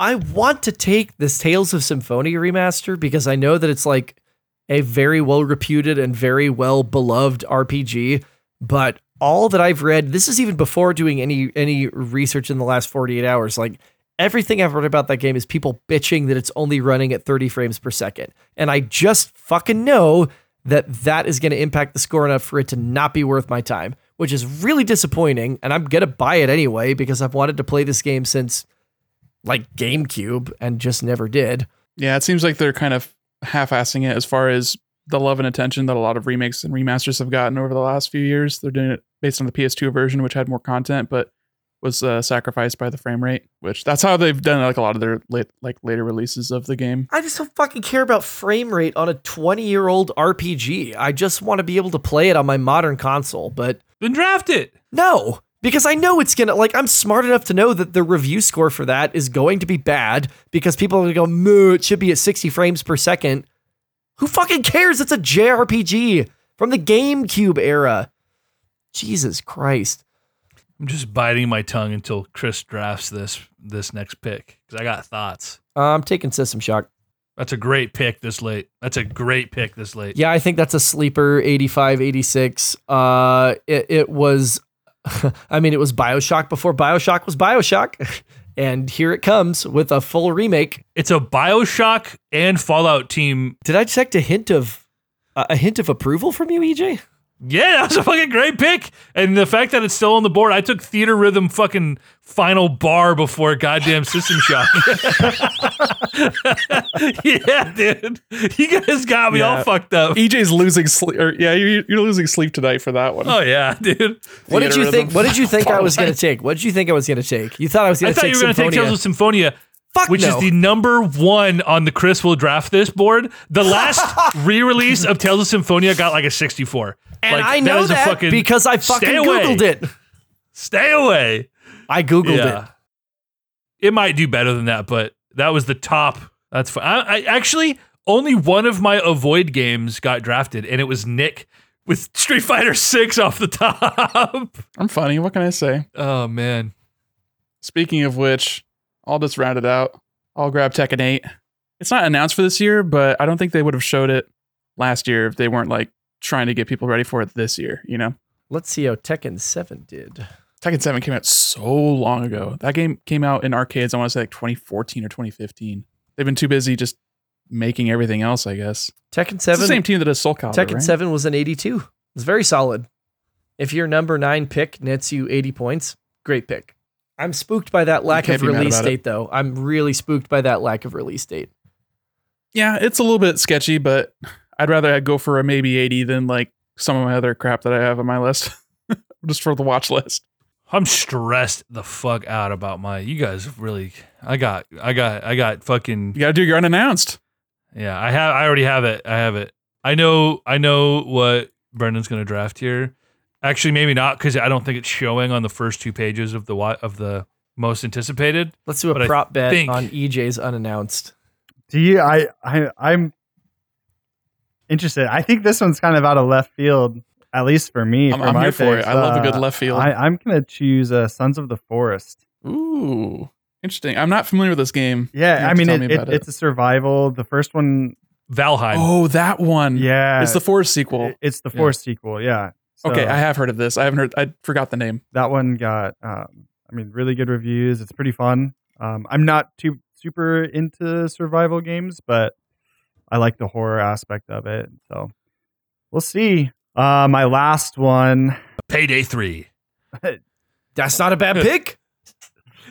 I want to take this Tales of Symphonia remaster because I know that it's like a very well reputed and very well beloved RPG, but all that I've read, this is even before doing any any research in the last 48 hours, like Everything I've heard about that game is people bitching that it's only running at 30 frames per second. And I just fucking know that that is going to impact the score enough for it to not be worth my time, which is really disappointing. And I'm going to buy it anyway because I've wanted to play this game since like GameCube and just never did.
Yeah, it seems like they're kind of half-assing it as far as the love and attention that a lot of remakes and remasters have gotten over the last few years. They're doing it based on the PS2 version, which had more content, but was uh, sacrificed by the frame rate. Which that's how they've done like a lot of their late, like later releases of the game.
I just don't fucking care about frame rate on a 20 year old RPG. I just want to be able to play it on my modern console, but
Then draft it.
no, because I know it's gonna, like, I'm smart enough to know that the review score for that is going to be bad because people are gonna go, moo, it should be at 60 frames per second. Who fucking cares? It's a JRPG from the GameCube era. Jesus Christ.
I'm just biting my tongue until Chris drafts this this next pick because I got thoughts.
I'm taking System Shock.
That's a great pick this late. That's a great pick this late.
Yeah, I think that's a sleeper 85, 86. Uh, it, it was, [LAUGHS] I mean, it was Bioshock before Bioshock was Bioshock. [LAUGHS] And here it comes with a full remake.
It's a Bioshock and Fallout team.
Did I detect a hint of a a hint of approval from you, E EJ?
Yeah, [LAUGHS] that was a fucking great pick. And the fact that it's still on the board, I took Theater Rhythm fucking final bar before goddamn System Shock. [LAUGHS] yeah, dude. You guys got me all
Yeah.
fucked up.
EJ's E losing sleep. Or, yeah, you're, you're losing sleep tonight for that one.
Oh yeah, dude.
What did you
Theater
think?
rhythm.
What did you think I was
[LAUGHS]
going to take? What did you think I was going to take? You thought I was
I
going to
thought
take
you were going to take
Symphonia.
Tales of Symphonia.
Fuck
which
no.
is the number one on the Chris will draft this board. The
[LAUGHS]
last re-release of Tales of Symphonia got like a 64.
and
like,
I know
is a
that
fucking-
because I fucking
stay away.
googled it.
Stay away.
I googled
yeah.
it.
It. might do better than that, but that was the top. That's fine. I, I actually only one of my avoid games got drafted, and it was Nick with Street Fighter Six off the [LAUGHS] top.
I'm funny. What can I say?
oh man,
Speaking of which, I'll just round it out. I'll grab Tekken 8. It's not announced for this year, but I don't think they would have showed it last year if they weren't like trying to get people ready for it this year, you know?
Let's see how Tekken 7 did.
Tekken 7 came out so long ago. That game came out in arcades, I want to say like 2014 or 2015. They've been too busy just making everything else, I guess.
Tekken
It's the
7
same team that does Soul Calibur,
Tekken
right?
7 was an 82. It's very solid. If your number nine pick nets you 80 points, great pick. I'm spooked by that lack
can't
of
be mad
release
about it.
date, though. I'm really spooked by that lack of release date.
Yeah, it's a little bit sketchy, but I'd rather I go for a maybe 80 than like some of my other crap that I have on my list. [LAUGHS] just for the watch list.
I'm stressed the fuck out about my. You guys really. I got. I got. I got fucking.
You got to do your unannounced.
Yeah, I have. I already have it. I have it. I know. I know what Brendan's going to draft here. Actually, maybe not because I don't think it's showing on the first two pages of the wa- of the most anticipated.
Let's do a
But I
prop bet
think-
on EJ's unannounced.
Do you? I, I I'm interested. I think this one's kind of out of left field, at least for me.
I'm,
for
I'm
my
here for it.
picks.
I love a
Uh,
good left field.
I, I'm gonna choose uh, Sons of the Forest.
Ooh, interesting. I'm not familiar with this game. You
Yeah,
have
I
to
mean,
tell
it,
me
it,
about it.
it's a survival. The first one,
Valheim.
Oh, that one.
yeah,
it's the Forest sequel.
it- it's the
Yeah.
Forest sequel. Yeah. So
okay, I have heard of this. I haven't heard. I forgot the name.
that one got, um, I mean, really good reviews. It's pretty fun. Um, I'm not too super into survival games, but I like the horror aspect of it. So we'll see. Uh, my last one.
Payday three.
That's not a bad pick.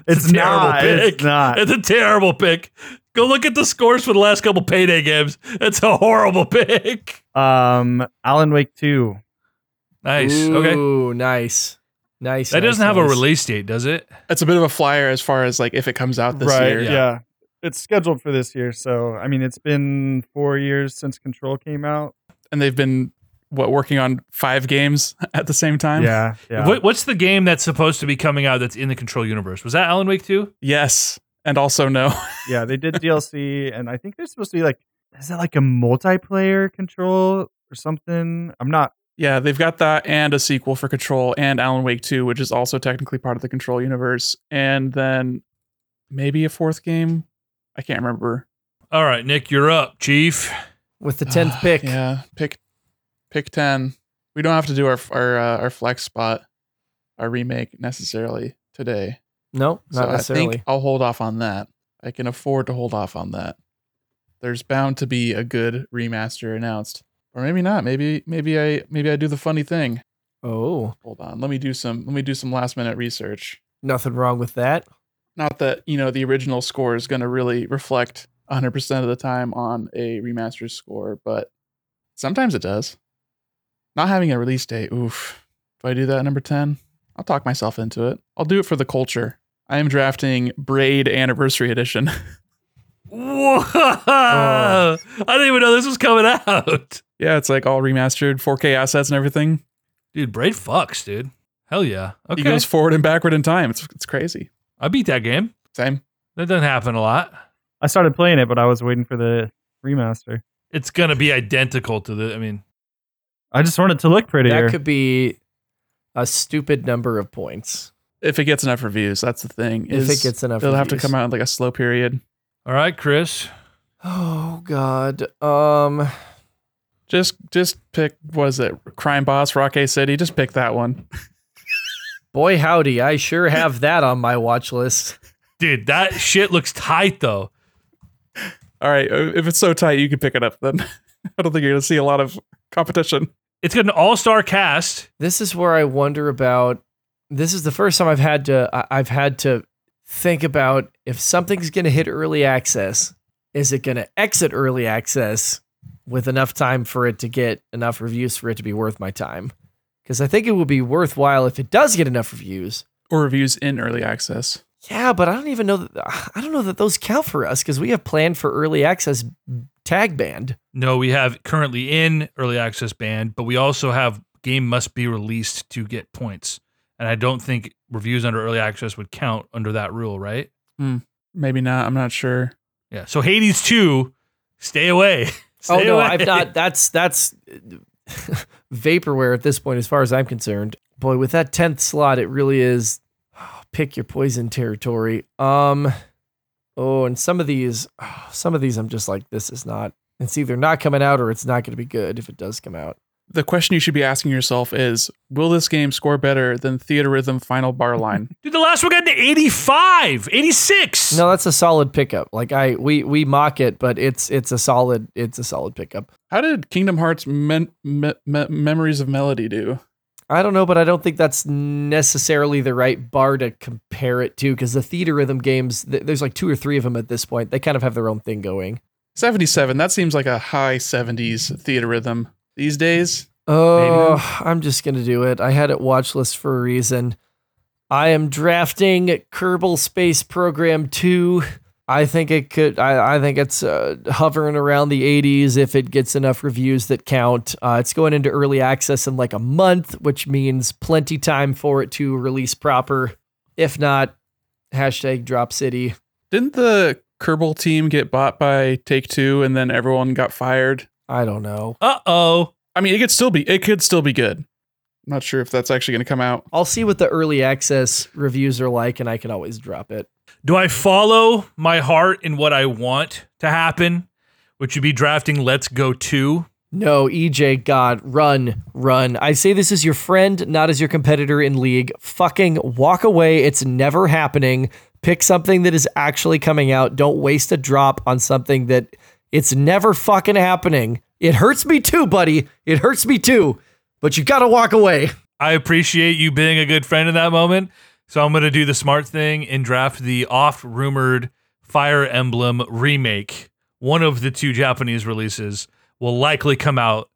It's,
a terrible
not.
pick.
It's not.
It's a terrible pick. Go look at the scores for the last couple payday games. It's a horrible [LAUGHS] pick.
Um, Alan Wake Two.
Nice. okay.
Ooh, nice. Nice.
That
nice,
doesn't have a
nice.
release date, does it?
It's a bit of a flyer as far as like if it comes out this year.
yeah.
It's scheduled for this year, so I mean, it's been four years since Control came out.
And they've been what working on five games [LAUGHS] at the same time.
Yeah, yeah.
What, what's the game that's supposed to be coming out that's in the Control universe? Was that Alan Wake two?
Yes, and also no. [LAUGHS]
yeah, they did DLC, and I think they're supposed to be like, is it like a multiplayer control or something? I'm not.
yeah, they've got that and a sequel for Control and Alan Wake Two, which is also technically part of the Control universe, and then maybe a fourth game. I can't remember.
All right, Nick, you're up, Chief.
With the 10th pick.
Ah, Yeah, pick pick ten. We don't have to do our our uh, our flex spot, our remake necessarily today.
No,
So
not
I
necessarily.
think I'll hold off on that. I can afford to hold off on that. There's bound to be a good remaster announced, or maybe not. Maybe maybe I maybe I do the funny thing.
oh,
Hold on. Let me do some let me do some last minute research.
nothing wrong with that.
Not that you know the original score is going to really reflect 100 percent of the time on a remaster score, but sometimes it does. Not having a release date. Oof. Do I do that at number 10? I'll talk myself into it. I'll do it for the culture. I am drafting Braid Anniversary Edition. [LAUGHS]
Whoa! I didn't even know this was coming out.
Yeah, it's like all remastered 4K assets and everything.
Dude, Braid fucks, dude. Hell yeah.
He
Okay.
goes forward and backward in time. It's it's crazy.
I beat that game.
Same.
That doesn't happen a lot.
I started playing it, but I was waiting for the remaster.
It's going to be identical to the, I mean,
I just want it to look prettier.
That could be a stupid number of points
If it gets enough reviews, that's the thing.
if
is
it gets enough.
it'll have to
reviews.
come out in like a slow period.
all right, Chris.
Oh God. Um.
Just just pick what is it? Crime Boss, Rock A City. Just pick that one.
Boy howdy, I sure have that on my watch list.
Dude, that shit looks tight though.
All right. uh, If it's so tight, you can pick it up then. [LAUGHS] I don't think you're gonna see a lot of competition.
It's got an all star cast.
This is where I wonder about. This is the first time I've had to. I- I've had to think about if something's going to hit early access, is it going to exit early access with enough time for it to get enough reviews for it to be worth my time? Because I think it would be worthwhile if it does get enough reviews.
Or reviews in early access.
Yeah, but I don't even know. That, I don't know that those count for us because we have planned for early access tag band.
No, we have currently in early access band, but we also have game must be released to get points. And I don't think reviews under early access would count under that rule, right?
Maybe not. I'm not sure.
Yeah. So Hades 2, stay away. [LAUGHS]
oh
Stay
no,
away. [LAUGHS]
I've not. That's that's [LAUGHS] vaporware at this point, as far as I'm concerned. Boy, with that tenth slot, it really is oh, pick your poison territory. Um, oh, and some of these, oh, some of these, I'm just like, this is not. It's either not coming out or it's not going to be good if it does come out.
The question you should be asking yourself is Will this game score better than Theater Rhythm Final Bar Line?
[LAUGHS] Dude, the last one got to 85, 86.
No, that's a solid pickup. Like I, we we mock it, but it's it's a solid it's a solid pickup.
How did Kingdom Hearts men- me- me- Memories of Melody do?
I don't know, but I don't think that's necessarily the right bar to compare it to because the theater rhythm games, th- there's like two or three of them at this point. They kind of have their own thing going.
77. That seems like a high 70s theater rhythm these days.
Oh, I'm just gonna do it. I had it watch list for a reason. I am drafting Kerbal Space Program Two. I think it could. I, I think it's uh, hovering around the 80s if it gets enough reviews that count. Uh, it's going into early access in like a month, which means plenty time for it to release proper. If not, hashtag Drop City.
Didn't the Kerbal team get bought by Take Two and then everyone got fired?
I don't know.
Uh oh.
I mean, it could still be it could still be good. I'm not sure if that's actually going to come out.
I'll see what the early access reviews are like, and I can always drop it.
Do I follow my heart in what I want to happen, which would be drafting Let's Go 2?
No, EJ, God, run, run. I say this as your friend, not as your competitor in league. Fucking walk away. It's never happening. Pick something that is actually coming out. Don't waste a drop on something that it's never fucking happening. It hurts me too, buddy. It hurts me too. But you gotta walk away.
I appreciate you being a good friend in that moment. So I'm going to do the smart thing and draft the oft rumored Fire Emblem remake. One of the two Japanese releases will likely come out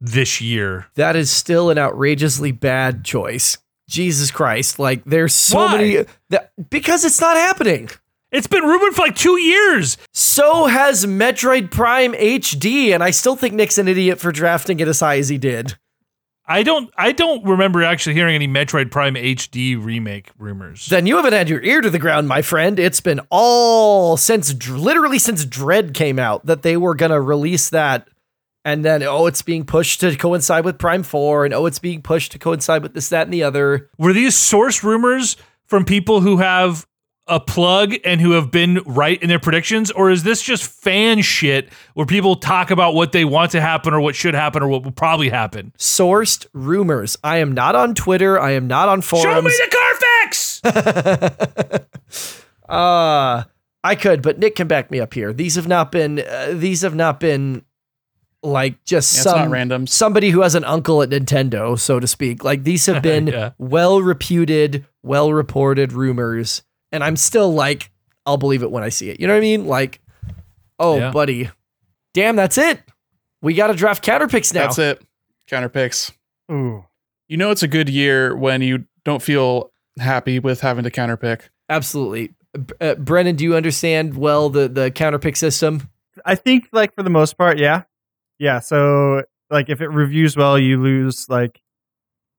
this year.
That is still an outrageously bad choice. Jesus Christ. Like, there's so
Why?
many. That, because it's not happening.
It's been rumored for like two years.
So has Metroid Prime HD, and I still think Nick's an idiot for drafting it as high as he did.
I don't I don't remember actually hearing any Metroid Prime HD remake rumors.
Then you haven't had your ear to the ground, my friend. It's been all since, literally since Dread came out, that they were going to release that. And then, oh, it's being pushed to coincide with Prime 4, and oh, it's being pushed to coincide with this, that, and the other.
Were these source rumors from people who have a plug and who have been right in their predictions, or is this just fan shit where people talk about what they want to happen or what should happen or what will probably happen? Um,
Sourced rumors. I am not on Twitter. I am not on forums.
Show me the X.
uh I could, but Nick can back me up here. These have not been uh, these have not been like just
Yeah, it's
some
not random.
somebody who has an uncle at Nintendo, so to speak. Like these
[LAUGHS]
have been
Yeah.
well reputed, well reported rumors, and I'm still like, I'll believe it when I see it. You know what I mean? Like, oh,
Yeah.
buddy, damn, that's it. We got to draft counter picks now.
That's it. Counter picks.
Ooh.
You know it's a good year when you don't feel happy with having to counter pick.
Absolutely, B- uh, Brennan. Do you understand well the the counter pick
[LAUGHS]
system?
I think like for the most part, yeah, yeah. So like if it reviews well, you lose like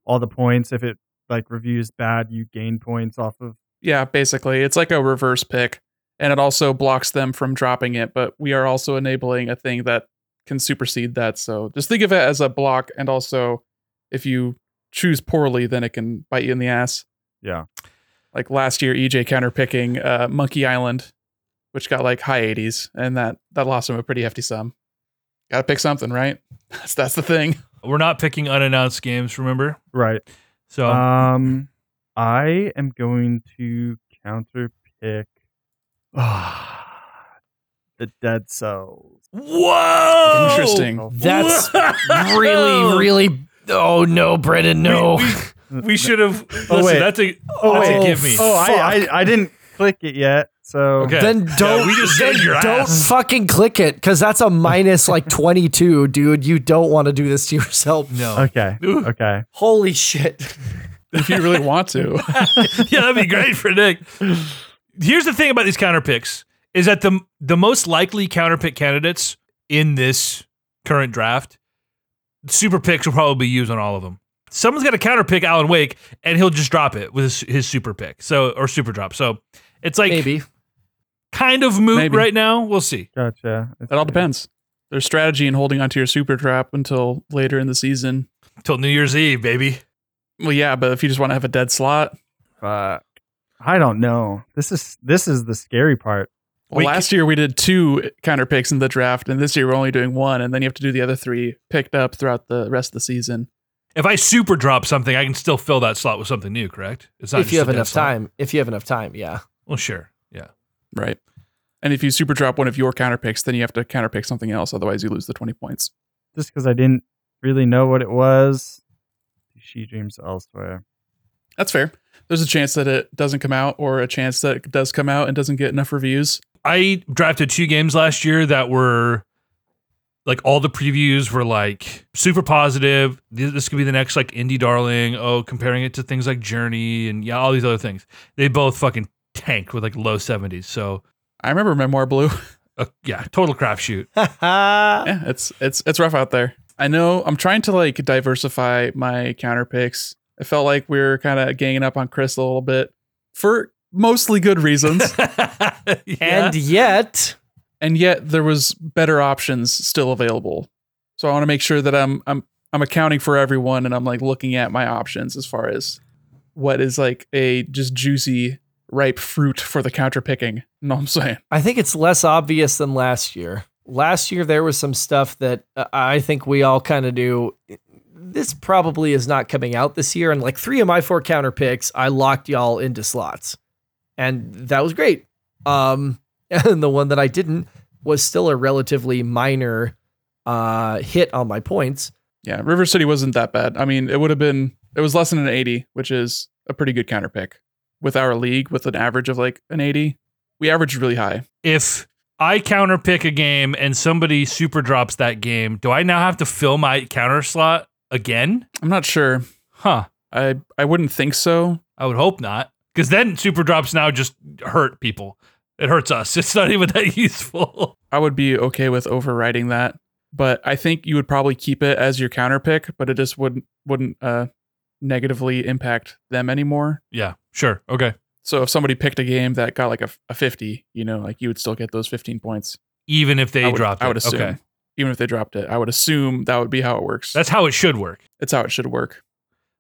all the points. If it like reviews bad, you gain points off of.
Yeah, basically, it's like a reverse pick, and it also blocks them from dropping it. But we are also enabling a thing that can supersede that. So just think of it as a block, and also if you choose poorly, then it can bite you in the ass.
Yeah.
Like last year, EJ counter picking uh, Monkey Island, which got like high 80s, and that that lost him a pretty hefty sum. Got to pick something, right? [LAUGHS] That's that's the thing.
[LAUGHS] We're not picking unannounced games, remember?
Right.
So
Um,
[LAUGHS]
I am going to counter [SIGHS] pick the Dead Cells.
whoa,
Interesting.
[LAUGHS]
That's
Whoa!
really, really. Oh no, Brennan, no.
We, we, we should have.
Oh,
listen,
wait.
that's a
Oh,
that's
wait.
a give me.
Oh, I, I I didn't click it yet. So
Okay.
then
Yeah,
don't
we just
then
saved your
don't
ass.
fucking click it because that's a
[LAUGHS]
minus like 22 dude you don't want to do this to yourself
No.
okay,
[LAUGHS]
okay.
holy shit
If you really want to,
[LAUGHS] yeah, that'd be great for Nick. Here's the thing about these counter picks is that the the most likely counter pick candidates in this current draft, super picks will probably be used on all of them. Someone's got to counter pick Alan Wake, and he'll just drop it with his, his super pick, so or super drop. So it's like
maybe
kind of moot
Maybe.
right now. We'll see.
Gotcha.
it all depends. There's strategy in holding onto your super trap until later in the season.
Till New Year's Eve, baby.
Well, yeah, but if you just want to have a dead slot,
Fuck. I don't know. This is this is the scary part.
well,
We
last year we did two counter picks in the draft, and this year we're only doing one, and then you have to do the other three picked up throughout the rest of the season.
If I super drop something, I can still fill that slot with something new, correct? It's not
if you
just
have
a dead
enough
slot.
time if you have enough time yeah [LAUGHS]
Well, sure. Yeah.
Right. And if you super drop one of your counter picks, then you have to counter pick something else. Otherwise, you lose the 20 points.
Just because I didn't really know what it was. She dreams elsewhere.
That's fair. There's a chance that it doesn't come out, or a chance that it does come out and doesn't get enough reviews.
I drafted two games last year that were like all the previews were like super positive. Th- This could be the next like indie darling. Oh, comparing it to things like Journey and yeah, all these other things. They both fucking tanked with like low 70s. So,
I remember Memoir Blue.
uh, yeah, total crapshoot. [LAUGHS]
yeah, it's it's it's rough out there. I know I'm trying to like diversify my counter picks. I felt like we were kind of ganging up on Chris a little bit for mostly good
[LAUGHS]
reasons,
and yet
and yet there was better options still available. So I want to make sure that I'm I'm I'm accounting for everyone and I'm like looking at my options as far as what is like a just juicy ripe fruit for the counter picking. No, I'm saying.
i think it's less obvious than last year last year there was some stuff that uh, i think we all kind of knew this probably is not coming out this year and like three of my four counter picks i locked y'all into slots and that was great um [LAUGHS] and the one that i didn't was still a relatively minor uh hit on my points
Yeah, River City wasn't that bad. I mean, it would have been it was less than an 80, which is a pretty good counter pick. With our league with an average of like an 80, we averaged really high.
If I counter pick a game and somebody super drops that game, do I now have to fill my counter slot again?
I'm not sure.
Huh.
I I wouldn't think so.
I would hope not, because then super drops now just hurt people. It hurts us. [LAUGHS] It's not even that useful. [LAUGHS]
I would be okay with overriding that, but I think you would probably keep it as your counter pick, but it just wouldn't wouldn't uh negatively impact them anymore.
Yeah, sure. Okay.
So if somebody picked a game that got like a, a 50, you know, like you would still get those 15 points.
Even if they
I would,
dropped it.
I would assume.
Okay.
Even if they dropped it, I would assume that would be how it works.
That's how it should work.
it's how it should work.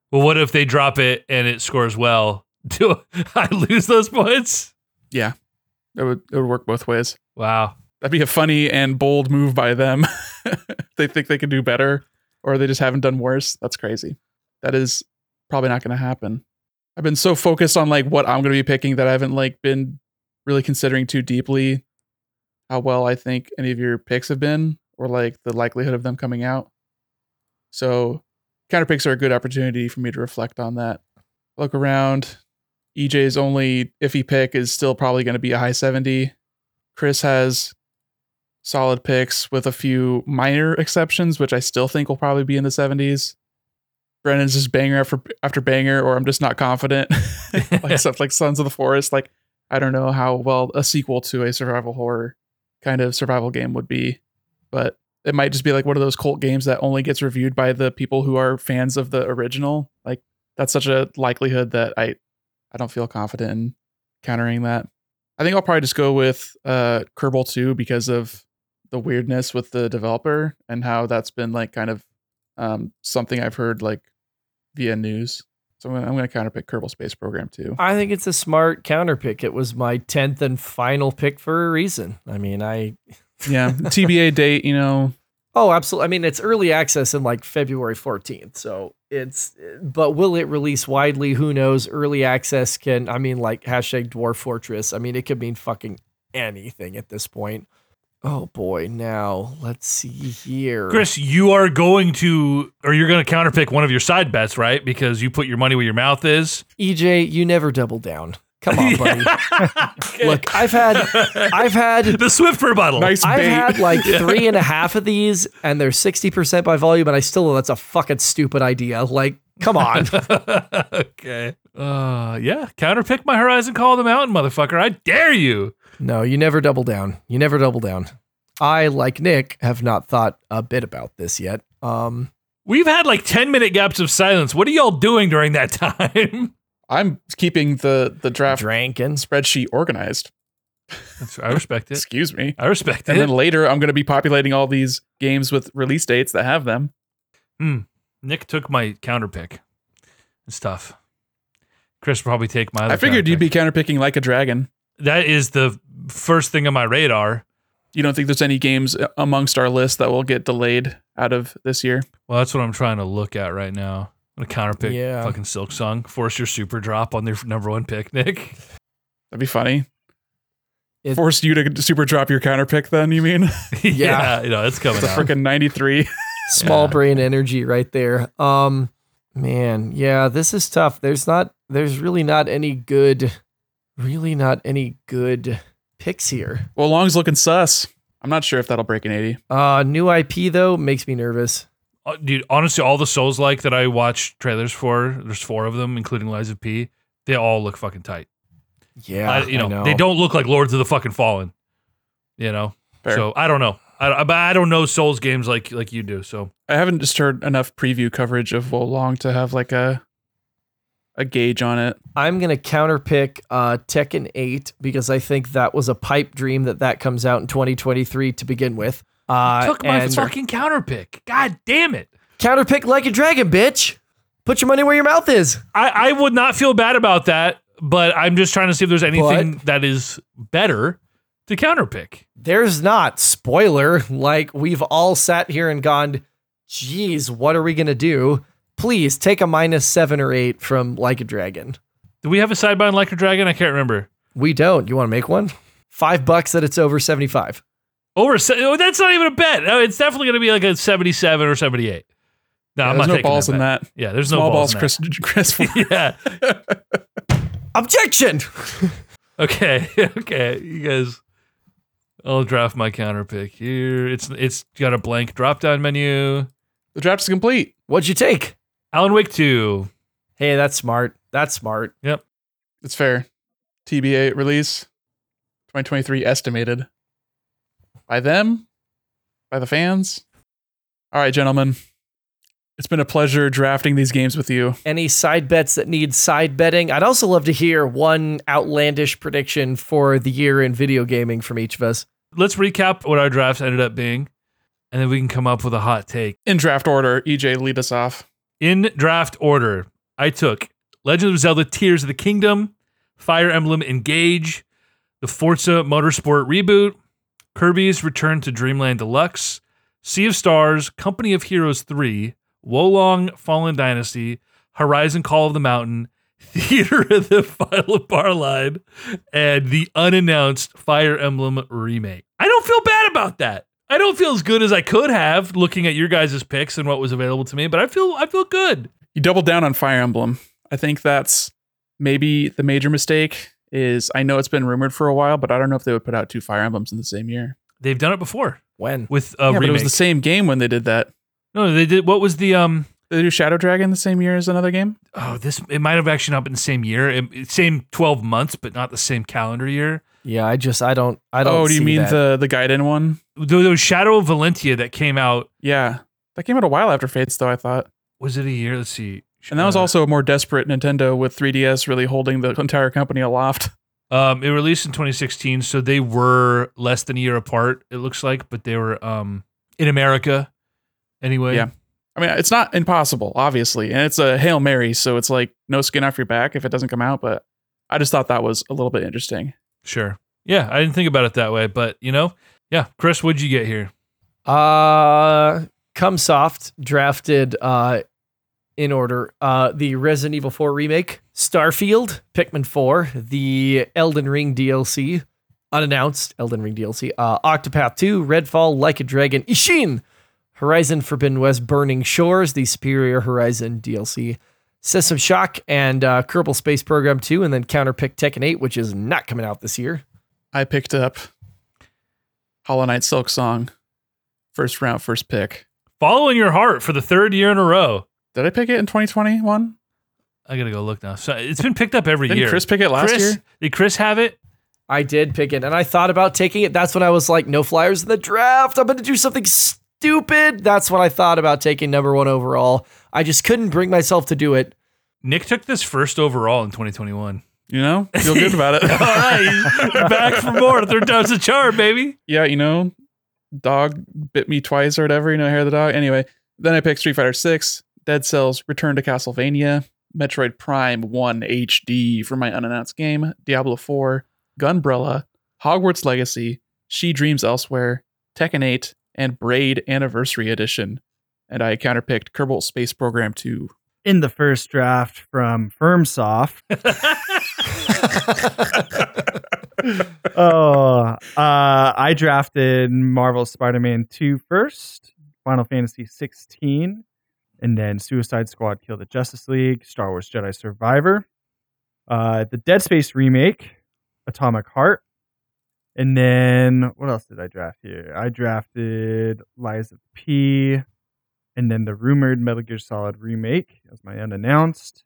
Well, what if they drop it and it scores well? [LAUGHS] Do I lose those points?
It would it would work both ways.
[LAUGHS]
Wow.
That'd be a funny and bold move by them. [LAUGHS] they think they can do better, or they just haven't done worse. That's crazy. That is probably not going to happen. I've been so focused on like what I'm going to be picking that I haven't like been really considering too deeply how well I think any of your picks have been or like the likelihood of them coming out. So counter picks are a good opportunity for me to reflect on that. Look around. EJ's only iffy pick is still probably going to be a high 70. Chris has solid picks with a few minor exceptions, which I still think will probably be in the 70s. Brennan's just banger after after banger, or I'm just not confident. [LAUGHS] like stuff like Sons of the Forest. Like I don't know how well a sequel to a survival horror kind of survival game would be, but it might just be like one of those cult games that only gets reviewed by the people who are fans of the original. Like that's such a likelihood that I I don't feel confident in countering that. I think I'll probably just go with uh Kerbal 2 because of the weirdness with the developer and how that's been like kind of um, something I've heard like via news. So I'm gonna, I'm gonna counter pick Kerbal Space Program too.
I think it's a smart counter pick. It was my 10th and final pick for a reason. I mean, I
[LAUGHS]
[LAUGHS]
Yeah, TBA date. You know,
Oh, absolutely. I mean, it's early access in like February 14th. So it's, but will it release widely? Who knows? Early access can, I mean, like hashtag Dwarf Fortress. I mean, it could mean fucking anything at this point. Oh boy. Now let's see here.
[LAUGHS] Chris, you are going to, or you're going to counterpick one of your side bets, right? Because you put your money where your mouth is.
EJ, E you never double down. Come
[LAUGHS]
on, buddy. Look, I've had, I've
[LAUGHS]
had
the swift rebuttal.
nice
I've
bait.
had like three and a half of these, and they're sixty percent by volume, and I still know that's a fucking stupid idea. Like, come on.
[LAUGHS] okay. Uh, yeah. Counterpick my horizon. Call the mountain, motherfucker. I dare you.
no, you never double down. You never double down. I, like Nick, have not thought a bit about this yet. Um,
We've had like ten minute gaps of silence. What are y'all doing during that [LAUGHS] time?
I'm keeping the the draft
drinking.
spreadsheet organized.
That's- I respect it.
Excuse me.
I respect
And then
it.
later, I'm gonna be populating all these games with release dates that have them.
Nick took my counterpick. It's tough. Chris will probably take my. Other
I figured you'd
counterpick.
be counterpicking like a dragon.
That is the first thing on my radar.
You don't think there's any games uh, amongst our list that will get delayed out of this year?
Well, that's what I'm trying to look at right now. I'm gonna counterpick
Yeah.
fucking Silk Song. Force your super drop on their number one pick, Nick. [LAUGHS]
That'd be funny.
It-
Force you to super drop your counterpick. Then you mean
Yeah.
you know it's coming
[LAUGHS] it's a
out.
freaking 93.
Small
Yeah.
brain energy right there. Um, man, yeah, this is tough. There's not. There's really not any good. Really not any good picks here.
Well, Long's looking sus. I'm not sure if that'll break an 80.
Uh, new IP though makes me nervous.
Uh, dude, honestly, all the Souls like that I watched trailers for, there's four of them, including Lies of P. They all look fucking tight.
Yeah,
I, you know, they don't look like Lords of the fucking Fallen. You know,
Fair.
so I don't know. I, I- but I don't know Souls games like like you do. So
I haven't just heard enough preview coverage of Wo Long to have like a a gauge on it.
I'm gonna counterpick uh, Tekken 8 because I think that was a pipe dream that that comes out in 2023 to begin with. Uh,
took my
and
fucking counter pick. God damn it!
counterpick like a dragon, bitch. Put your money where your mouth is.
I I would not feel bad about that, but I'm just trying to see if there's anything that is better to counter pick.
There's not spoiler. Like we've all sat here and gone, "Geez, what are we gonna do?" Please take a minus seven or eight from Like a Dragon.
Do we have a sidebar on Like a Dragon? I can't remember.
We don't. You want to make one? Five bucks that it's over 75.
Over se- oh, that's not even a bet. No, it's definitely going to be like a 77 or 78. No, I'm
there's
not
no
taking
balls
that
in
bet.
that.
Yeah, there's
Small
no balls,
balls,
in
Chris. Chris. [LAUGHS]
that. [LAUGHS] Yeah.
Objection.
Okay. [LAUGHS] Okay. You guys. I'll draft my counter pick here. It's it's got a blank drop down menu.
the draft is complete.
What'd you take?
Alan Wake 2.
Hey, that's smart. That's smart.
It's fair. TBA release 2023 estimated by them, by the fans. All right, gentlemen. It's been a pleasure drafting these games with you.
Any side bets that need side betting? I'd also love to hear one outlandish prediction for the year in video gaming from each of us.
Let's recap what our drafts ended up being, and then we can come up with a hot take.
In draft order, EJ, lead us off.
In draft order, I took Legend of Zelda Tears of the Kingdom, Fire Emblem Engage, the Forza Motorsport reboot, Kirby's Return to Dreamland Deluxe, Sea of Stars, Company of Heroes 3, Wolong Fallen Dynasty, Horizon Call of the Mountain, [LAUGHS] Theater of the Final Bar Line, and the unannounced Fire Emblem remake. I don't feel bad about that. I don't feel as good as I could have looking at your guys' picks and what was available to me, but I feel I feel good.
you doubled down on Fire Emblem. I think that's maybe the major mistake. Is I know it's been rumored for a while, but I don't know if they would put out two Fire Emblems in the same year.
They've done it before
When?
with a
yeah, but
remake.
it was the same game when they did that.
no, they did. What was the um?
Did they do Shadow Dragon the same year as another game?
Oh, this it might have actually not been the same year. It- it- same twelve months, but not the same calendar year.
Yeah, I just I don't I don't.
Oh, do you
see
mean
that.
the the Gaiden one?
There there was Shadow of Valentia that came out.
Yeah, that came out a while after Fates, though. I thought,
Was it a year? Let's see.
and that was
Uh,
also a more desperate Nintendo with 3DS really holding the entire company aloft. [LAUGHS]
Um, it released in 2016, so they were less than a year apart. It looks like, but they were um in America anyway.
Yeah. I mean, it's not impossible, obviously, and it's a hail mary, so it's like no skin off your back if it doesn't come out. But I just thought that was a little bit interesting.
sure. Yeah, I didn't think about it that way, but you know, yeah. Chris, what'd you get here?
Uh, Cumsoft drafted uh, in order uh, the Resident Evil 4 remake, Starfield, Pikmin 4, the Elden Ring DLC, unannounced Elden Ring DLC, uh, Octopath 2, Redfall, Like a Dragon, Ishin, Horizon Forbidden West, Burning Shores, the Superior Horizon DLC, System Shock, and uh, Kerbal Space Program 2, and then Counterpick Tekken 8, which is not coming out this year.
I picked up Hollow Knight Silk Song, first round, first pick.
Following your heart for the third year in a row.
Did I pick it in 2021?
I gotta go look now. So it's been picked up every
Didn't
year.
Chris pick it last
Chris,
year?
Did Chris have it?
I did pick it, and I thought about taking it. That's when I was like, no flyers in the draft. I'm going to do something stupid. That's when I thought about taking number one overall. I just couldn't bring myself to do it.
Nick took this first overall in
[LAUGHS]
2021.
You know, feel good about
[LAUGHS] All
it. [LAUGHS]
right, you're back for more. Third time's a charm, baby. [LAUGHS]
yeah, you know, dog bit me twice or whatever. You know, hair of the dog. Anyway, then I picked Street Fighter Six, Dead Cells, Return to Castlevania, Metroid Prime One HD for my unannounced game, Diablo Four, Gunbrella, Hogwarts Legacy, She Dreams Elsewhere, Tekken Eight, and Braid Anniversary Edition. And I counterpicked Kerbal Space Program Two.
In the first draft from FirmSoft. oh, uh, I drafted Marvel Spider-Man 2 first, Final Fantasy 16, and then Suicide Squad Kill the Justice League, Star Wars Jedi Survivor, uh, the Dead Space remake, Atomic Heart, and then what else did I draft here? I drafted Lies of P, and then the rumored Metal Gear Solid remake as my unannounced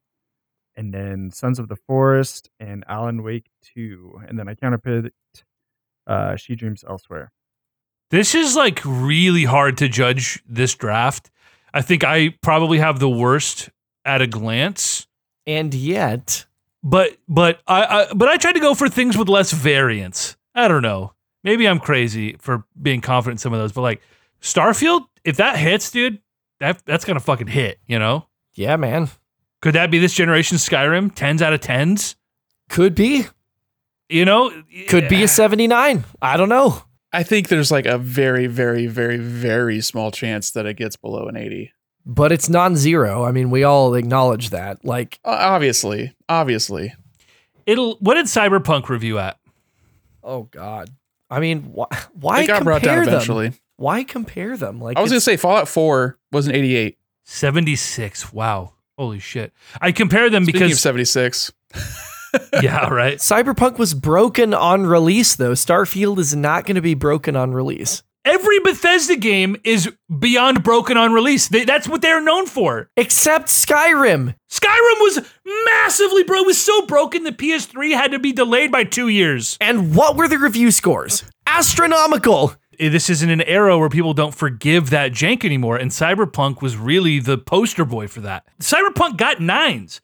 and then Sons of the Forest and Alan Wake 2. And then I counterpicked uh, She Dreams Elsewhere.
This is like really hard to judge this draft. I think I probably have the worst at a glance,
And yet,
but but I, I but I tried to go for things with less variance. I don't know. Maybe I'm crazy for being confident in some of those, but like Starfield, if that hits, dude, that that's gonna fucking hit. You know?
yeah, man,
Could that be this generation's Skyrim? Tens out of tens.
could be,
You know?
could be a 79. I don't know.
I think there's like a very, very, very, very small chance that it gets below an 80.
But it's non zero. I mean, we all acknowledge that. Like,
Uh, Obviously, obviously.
[SIGHS] It'll. What did Cyberpunk review at?
oh, God. I mean, why, why
It got
compare
brought down
them?
eventually.
Why compare them? Like,
I was gonna
it's-
say Fallout Four was an 88
Seventy six. Wow. Holy shit. I compare them
Speaking of
because
76.
yeah,
[LAUGHS]
right.
Cyberpunk was broken on release, though. Starfield is not going to be broken on release.
Every Bethesda game is beyond broken on release. They, that's what they're known for.
except Skyrim.
Skyrim was massively broken. It was so broken the PS3 had to be delayed by two years.
And what were the review scores? Astronomical.
Eh, This isn't an era where people don't forgive that jank anymore, and Cyberpunk was really the poster boy for that. Cyberpunk got nines,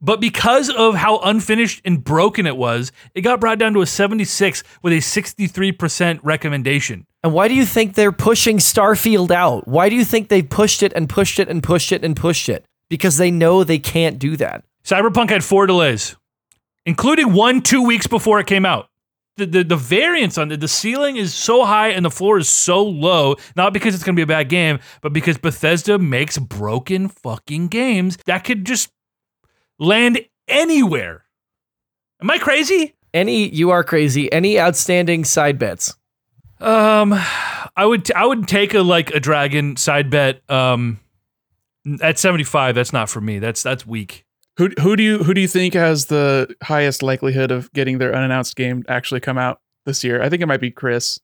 but because of how unfinished and broken it was, it got brought down to a 76 with a 63% recommendation.
And why do you think they're pushing Starfield out? Why do you think they pushed it and pushed it and pushed it and pushed it? Because they know they can't do that.
Cyberpunk had four delays, including one two weeks before it came out. The, the, the variance on the, the ceiling is so high and the floor is so low, not because it's going to be a bad game, but because Bethesda makes broken fucking games that could just land anywhere. Am I crazy?
Any you are crazy. Any outstanding side bets?
Um, I would t- I would take a like a dragon side bet. Um, at seventy five, that's not for me. That's that's weak.
Who who do you who do you think has the highest likelihood of getting their unannounced game actually come out this year? I think it might be Chris.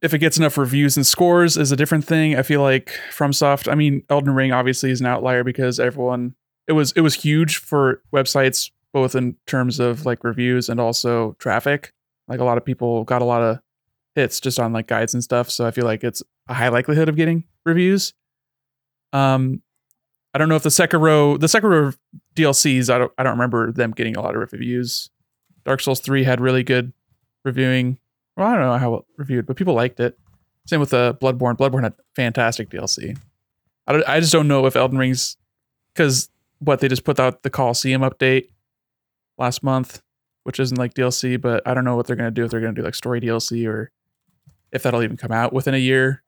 If it gets enough reviews and scores is a different thing. I feel like FromSoft, I mean Elden Ring obviously is an outlier because everyone it was it was huge for websites both in terms of like reviews and also traffic. Like a lot of people got a lot of hits just on like guides and stuff, so I feel like it's a high likelihood of getting reviews. Um I don't know if the Sekiro the Sekiro DLCs, I don't I don't remember them getting a lot of reviews. Dark Souls 3 had really good reviewing. Well, I don't know how it reviewed, but people liked it. Same with the Bloodborne. Bloodborne had fantastic DLC. I don't, I just don't know if Elden Ring's cuz what they just put out the Coliseum update last month, which isn't like DLC, but I don't know what they're going to do if they're going to do like story DLC or if that'll even come out within a year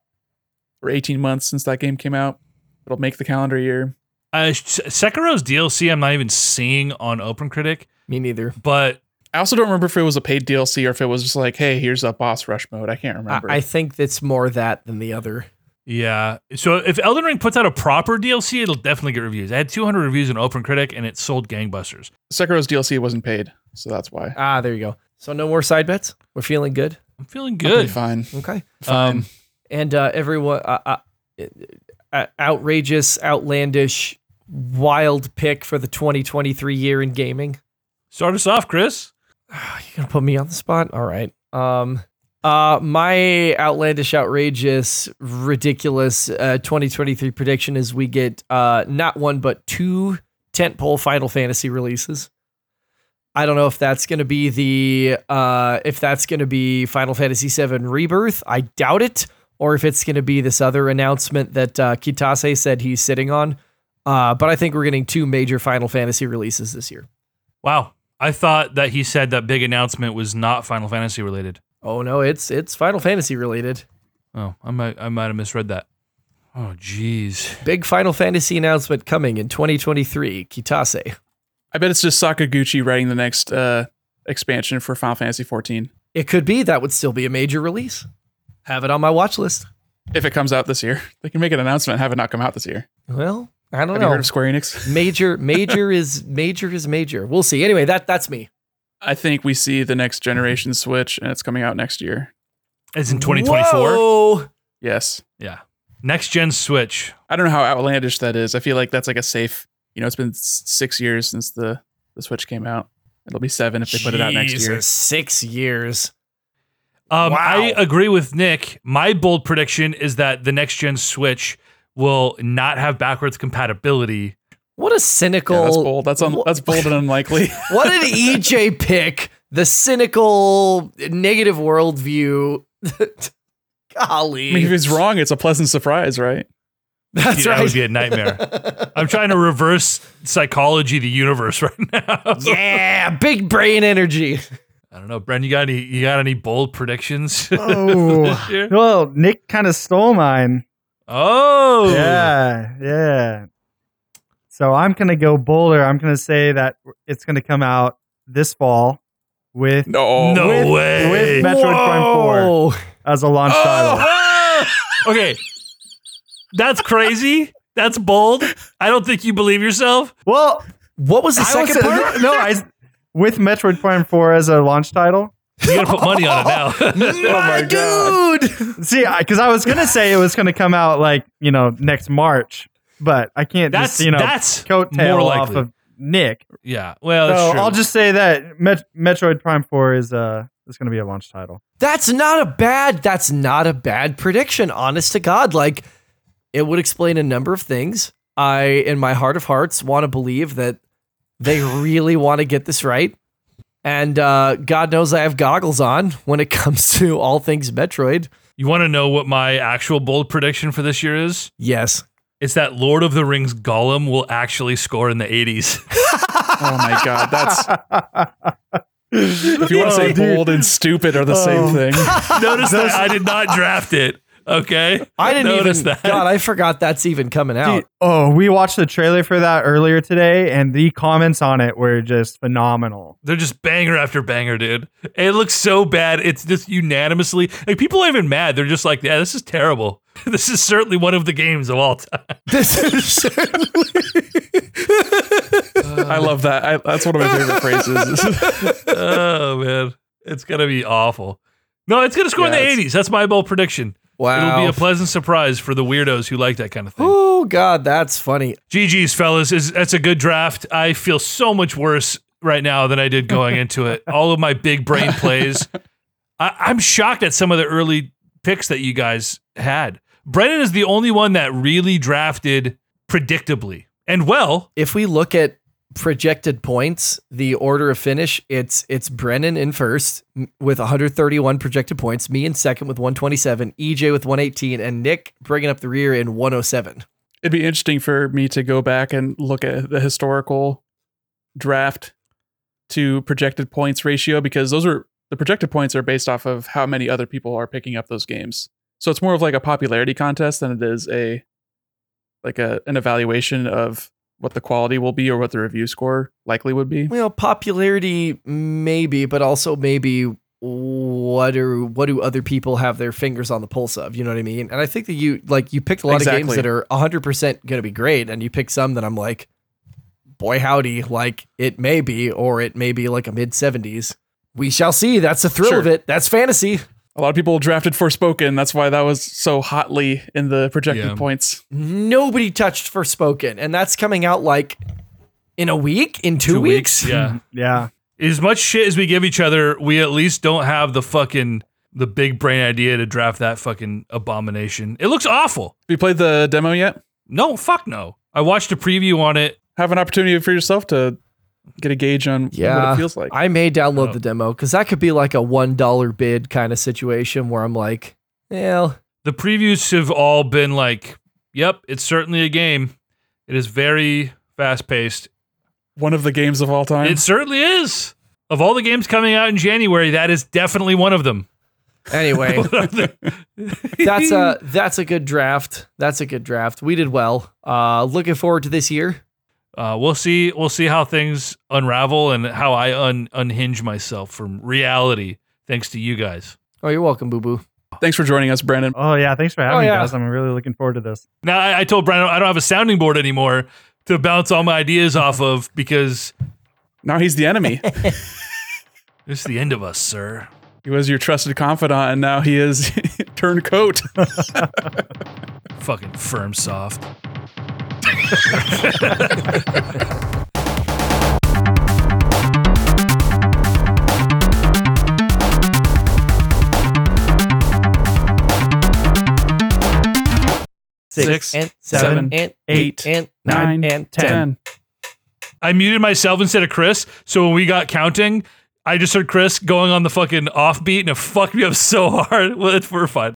or 18 months since that game came out. It'll make the calendar year.
Uh, S- Sekiro's DLC, I'm not even seeing on OpenCritic,
Me neither.
but
I also don't remember if it was a paid DLC or if it was just like, hey, here's a boss rush mode. I can't
I,
remember.
I think it's more that than the other.
yeah. So if Elden Ring puts out a proper DLC, it'll definitely get reviews. I had 200 reviews on OpenCritic, and it sold gangbusters.
Sekiro's DLC wasn't paid, so that's why.
Ah, there you go. So no more side bets. We're feeling good.
I'm feeling
I'm pretty
good.
Fine.
Okay.
Fine.
Um,
And uh, everyone, uh, uh, uh, outrageous, outlandish, wild pick for the 2023 year in gaming.
Start us off, Chris.
[SIGHS] You gonna put me on the spot? All right. Um. Uh, my outlandish, outrageous, ridiculous uh, 2023 prediction is we get uh not one but two tentpole Final Fantasy releases. I don't know if that's gonna be the uh if that's gonna be Final Fantasy VII Rebirth. I doubt it, or if it's gonna be this other announcement that uh, Kitase said he's sitting on. Uh, but I think we're getting two major Final Fantasy releases this year.
Wow. I thought that he said that big announcement was not Final Fantasy related.
Oh no, it's it's Final Fantasy related.
Oh, I might I might have misread that. Oh, jeez.
Big Final Fantasy announcement coming in 2023. Kitase.
I bet it's just Sakaguchi writing the next uh, expansion for Final Fantasy 14
It could be that would still be a major release. Have it on my watch list.
if it comes out this year. [LAUGHS] They can make an announcement and have it not come out this year.
Well, I don't
Have you
know.
heard of Square Enix?
major,
[LAUGHS]
major is major is major. We'll see. Anyway, that that's me.
I think we see the next generation Switch, and it's coming out next year.
As in 2024.
Whoa!
Yes.
Yeah. Next gen Switch.
I don't know how outlandish that is. I feel like that's like a safe. You know, it's been s- six years since the the Switch came out. It'll be seven if they put it out next year.
Jesus, Six years.
Um,
Wow.
I agree with Nick. My bold prediction is that the next gen Switch will not have backwards compatibility.
What a cynical.
Yeah, that's bold. That's un-
Wha-
that's bold and unlikely. [LAUGHS]
what an EJ pick. The cynical, negative worldview. [LAUGHS] Golly.
I mean, if it's wrong, it's a pleasant surprise, right?
That's
That
right.
would be
[LAUGHS]
a nightmare. I'm trying to reverse psychology the universe right now.
Yeah, big brain energy.
[LAUGHS] I don't know, Bren. You got any? You got any bold predictions? [LAUGHS]
[LAUGHS] Oh,
this [LAUGHS] year?
[LAUGHS] well, Nick kind of stole mine.
Oh,
Yeah, yeah. So I'm gonna go bolder. I'm gonna say that it's gonna come out this fall with
No.
No
With-
way.
with Metroid Prime Four
Whoa.
as a launch title.
Oh, okay. That's crazy. That's bold. I don't think you believe yourself.
Well,
What was the
I was
second part?
[LAUGHS] no, I s- with Metroid Prime Four as a launch title.
You gotta put money on
[LAUGHS]
it now.
My dude.
See, because I, was gonna say it was gonna come out like you know next March, but I can't
[LAUGHS] That's
just you know
that's more
coattail
likely.
off of Nick.
yeah. Well, that's
So
Oh, true.
I'll just say that Met- Metroid Prime Four is uh is gonna be a launch title.
That's not a bad. That's not a bad prediction. Honest to God, like it would explain a number of things. I, in my heart of hearts, want to believe that they really want to get this right. And uh, God knows I have goggles on when it [LAUGHS] comes to all things Metroid.
you want to know what my actual bold prediction for this year is?
Yes.
It's that Lord of the Rings Gollum will actually score in the [LAUGHS] 80s.
[LAUGHS] Oh my god,
[LAUGHS]
that's if you want to
Oh,
say
dude.
bold and stupid are the
Oh.
same thing.
Notice that I did not draft it. Okay,
I didn't
notice
even.
that.
God, I forgot that's even coming out.
[LAUGHS] Dude, oh, we watched the trailer for that earlier today, and the comments on it were just phenomenal.
They're just banger after banger, dude. It looks so bad. It's just unanimously like people aren't even mad. They're just like, yeah, this is terrible. [LAUGHS] This is certainly one of the games of all time.
This is
I love that. I, that's one of my favorite
[LAUGHS]
phrases.
[LAUGHS] oh man, it's gonna be awful. No, it's gonna score in
Yeah,
the
it's-
eighties. That's my bold prediction.
wow.
It'll be a pleasant surprise for the weirdos who like that kind of thing.
oh God, that's funny.
GG's, fellas. Is that's a good draft. I feel so much worse right now than I did going into it. All of my big brain plays. I, I'm shocked at some of the early picks that you guys had. Brennan is the only one that really drafted predictably and well.
If we look at projected points, the order of finish, it's it's Brennan in first m- with 131 projected points, me in second with 127, EJ with 118, and Nick bringing up the rear in 107.
It'd be interesting for me to go back and look at the historical draft to projected points ratio because those are the projected points are based off of how many other people are picking up those games. So it's more of like a popularity contest than it is a like a an evaluation of what the quality will be or what the review score likely would be.
Well, popularity maybe, but also maybe what are what do other people have their fingers on the pulse of? You know what I mean? And I think that you like you picked a lot of games
Exactly.
that are 100 percent going to be great, and you pick some that I'm like, boy howdy, like it may be, or it may be like a mid 70s. We shall see. That's the thrill
Sure.
of it. That's fantasy.
A lot of people drafted Forspoken. That's why that was so hotly in the projected
Yeah.
points.
Nobody touched Forspoken, and that's coming out like in a week, in two, weeks.
Yeah.
Yeah.
as much shit as we give each other, we at least don't have the fucking the big brain idea to draft that fucking abomination. It looks awful.
Have you played the demo yet?
No, fuck no. I watched a preview on it.
Have an opportunity for yourself to get a gauge on what
Yeah.
it feels like.
I may download
Oh.
the demo because that could be like a one dollar bid kind of situation where I'm like, well,
The previews have all been like, "Yep, it's certainly a game. It is very fast paced.
One of the games of all time.
It certainly is." Of all the games coming out in January, that is definitely one of them.
anyway, that's a that's a good draft. That's a good draft. We did well. Uh, looking forward to this year.
Uh, we'll see. We'll see how things unravel and how I un- unhinge myself from reality, thanks to you guys.
Oh, you're welcome, Boo Boo.
Thanks for joining us, Brandon.
Oh yeah. Thanks for having
Oh,
me,
yeah.
guys. I'm really looking forward to this.
Now I, I told Brian I don't have a sounding board anymore to bounce all my ideas off of because
Now he's
[LAUGHS]
the enemy.
this is the end of us, sir.
he was your trusted confidant, and now he is [LAUGHS] turncoat.
Fucking firm soft. Six,
and
seven,
and
eight,
and
Nine,
and
ten.
I muted myself instead of Chris, so when we got counting, I just heard Chris going on the fucking offbeat and it fucked me up so [LAUGHS] hard. Well, it's, we're fine.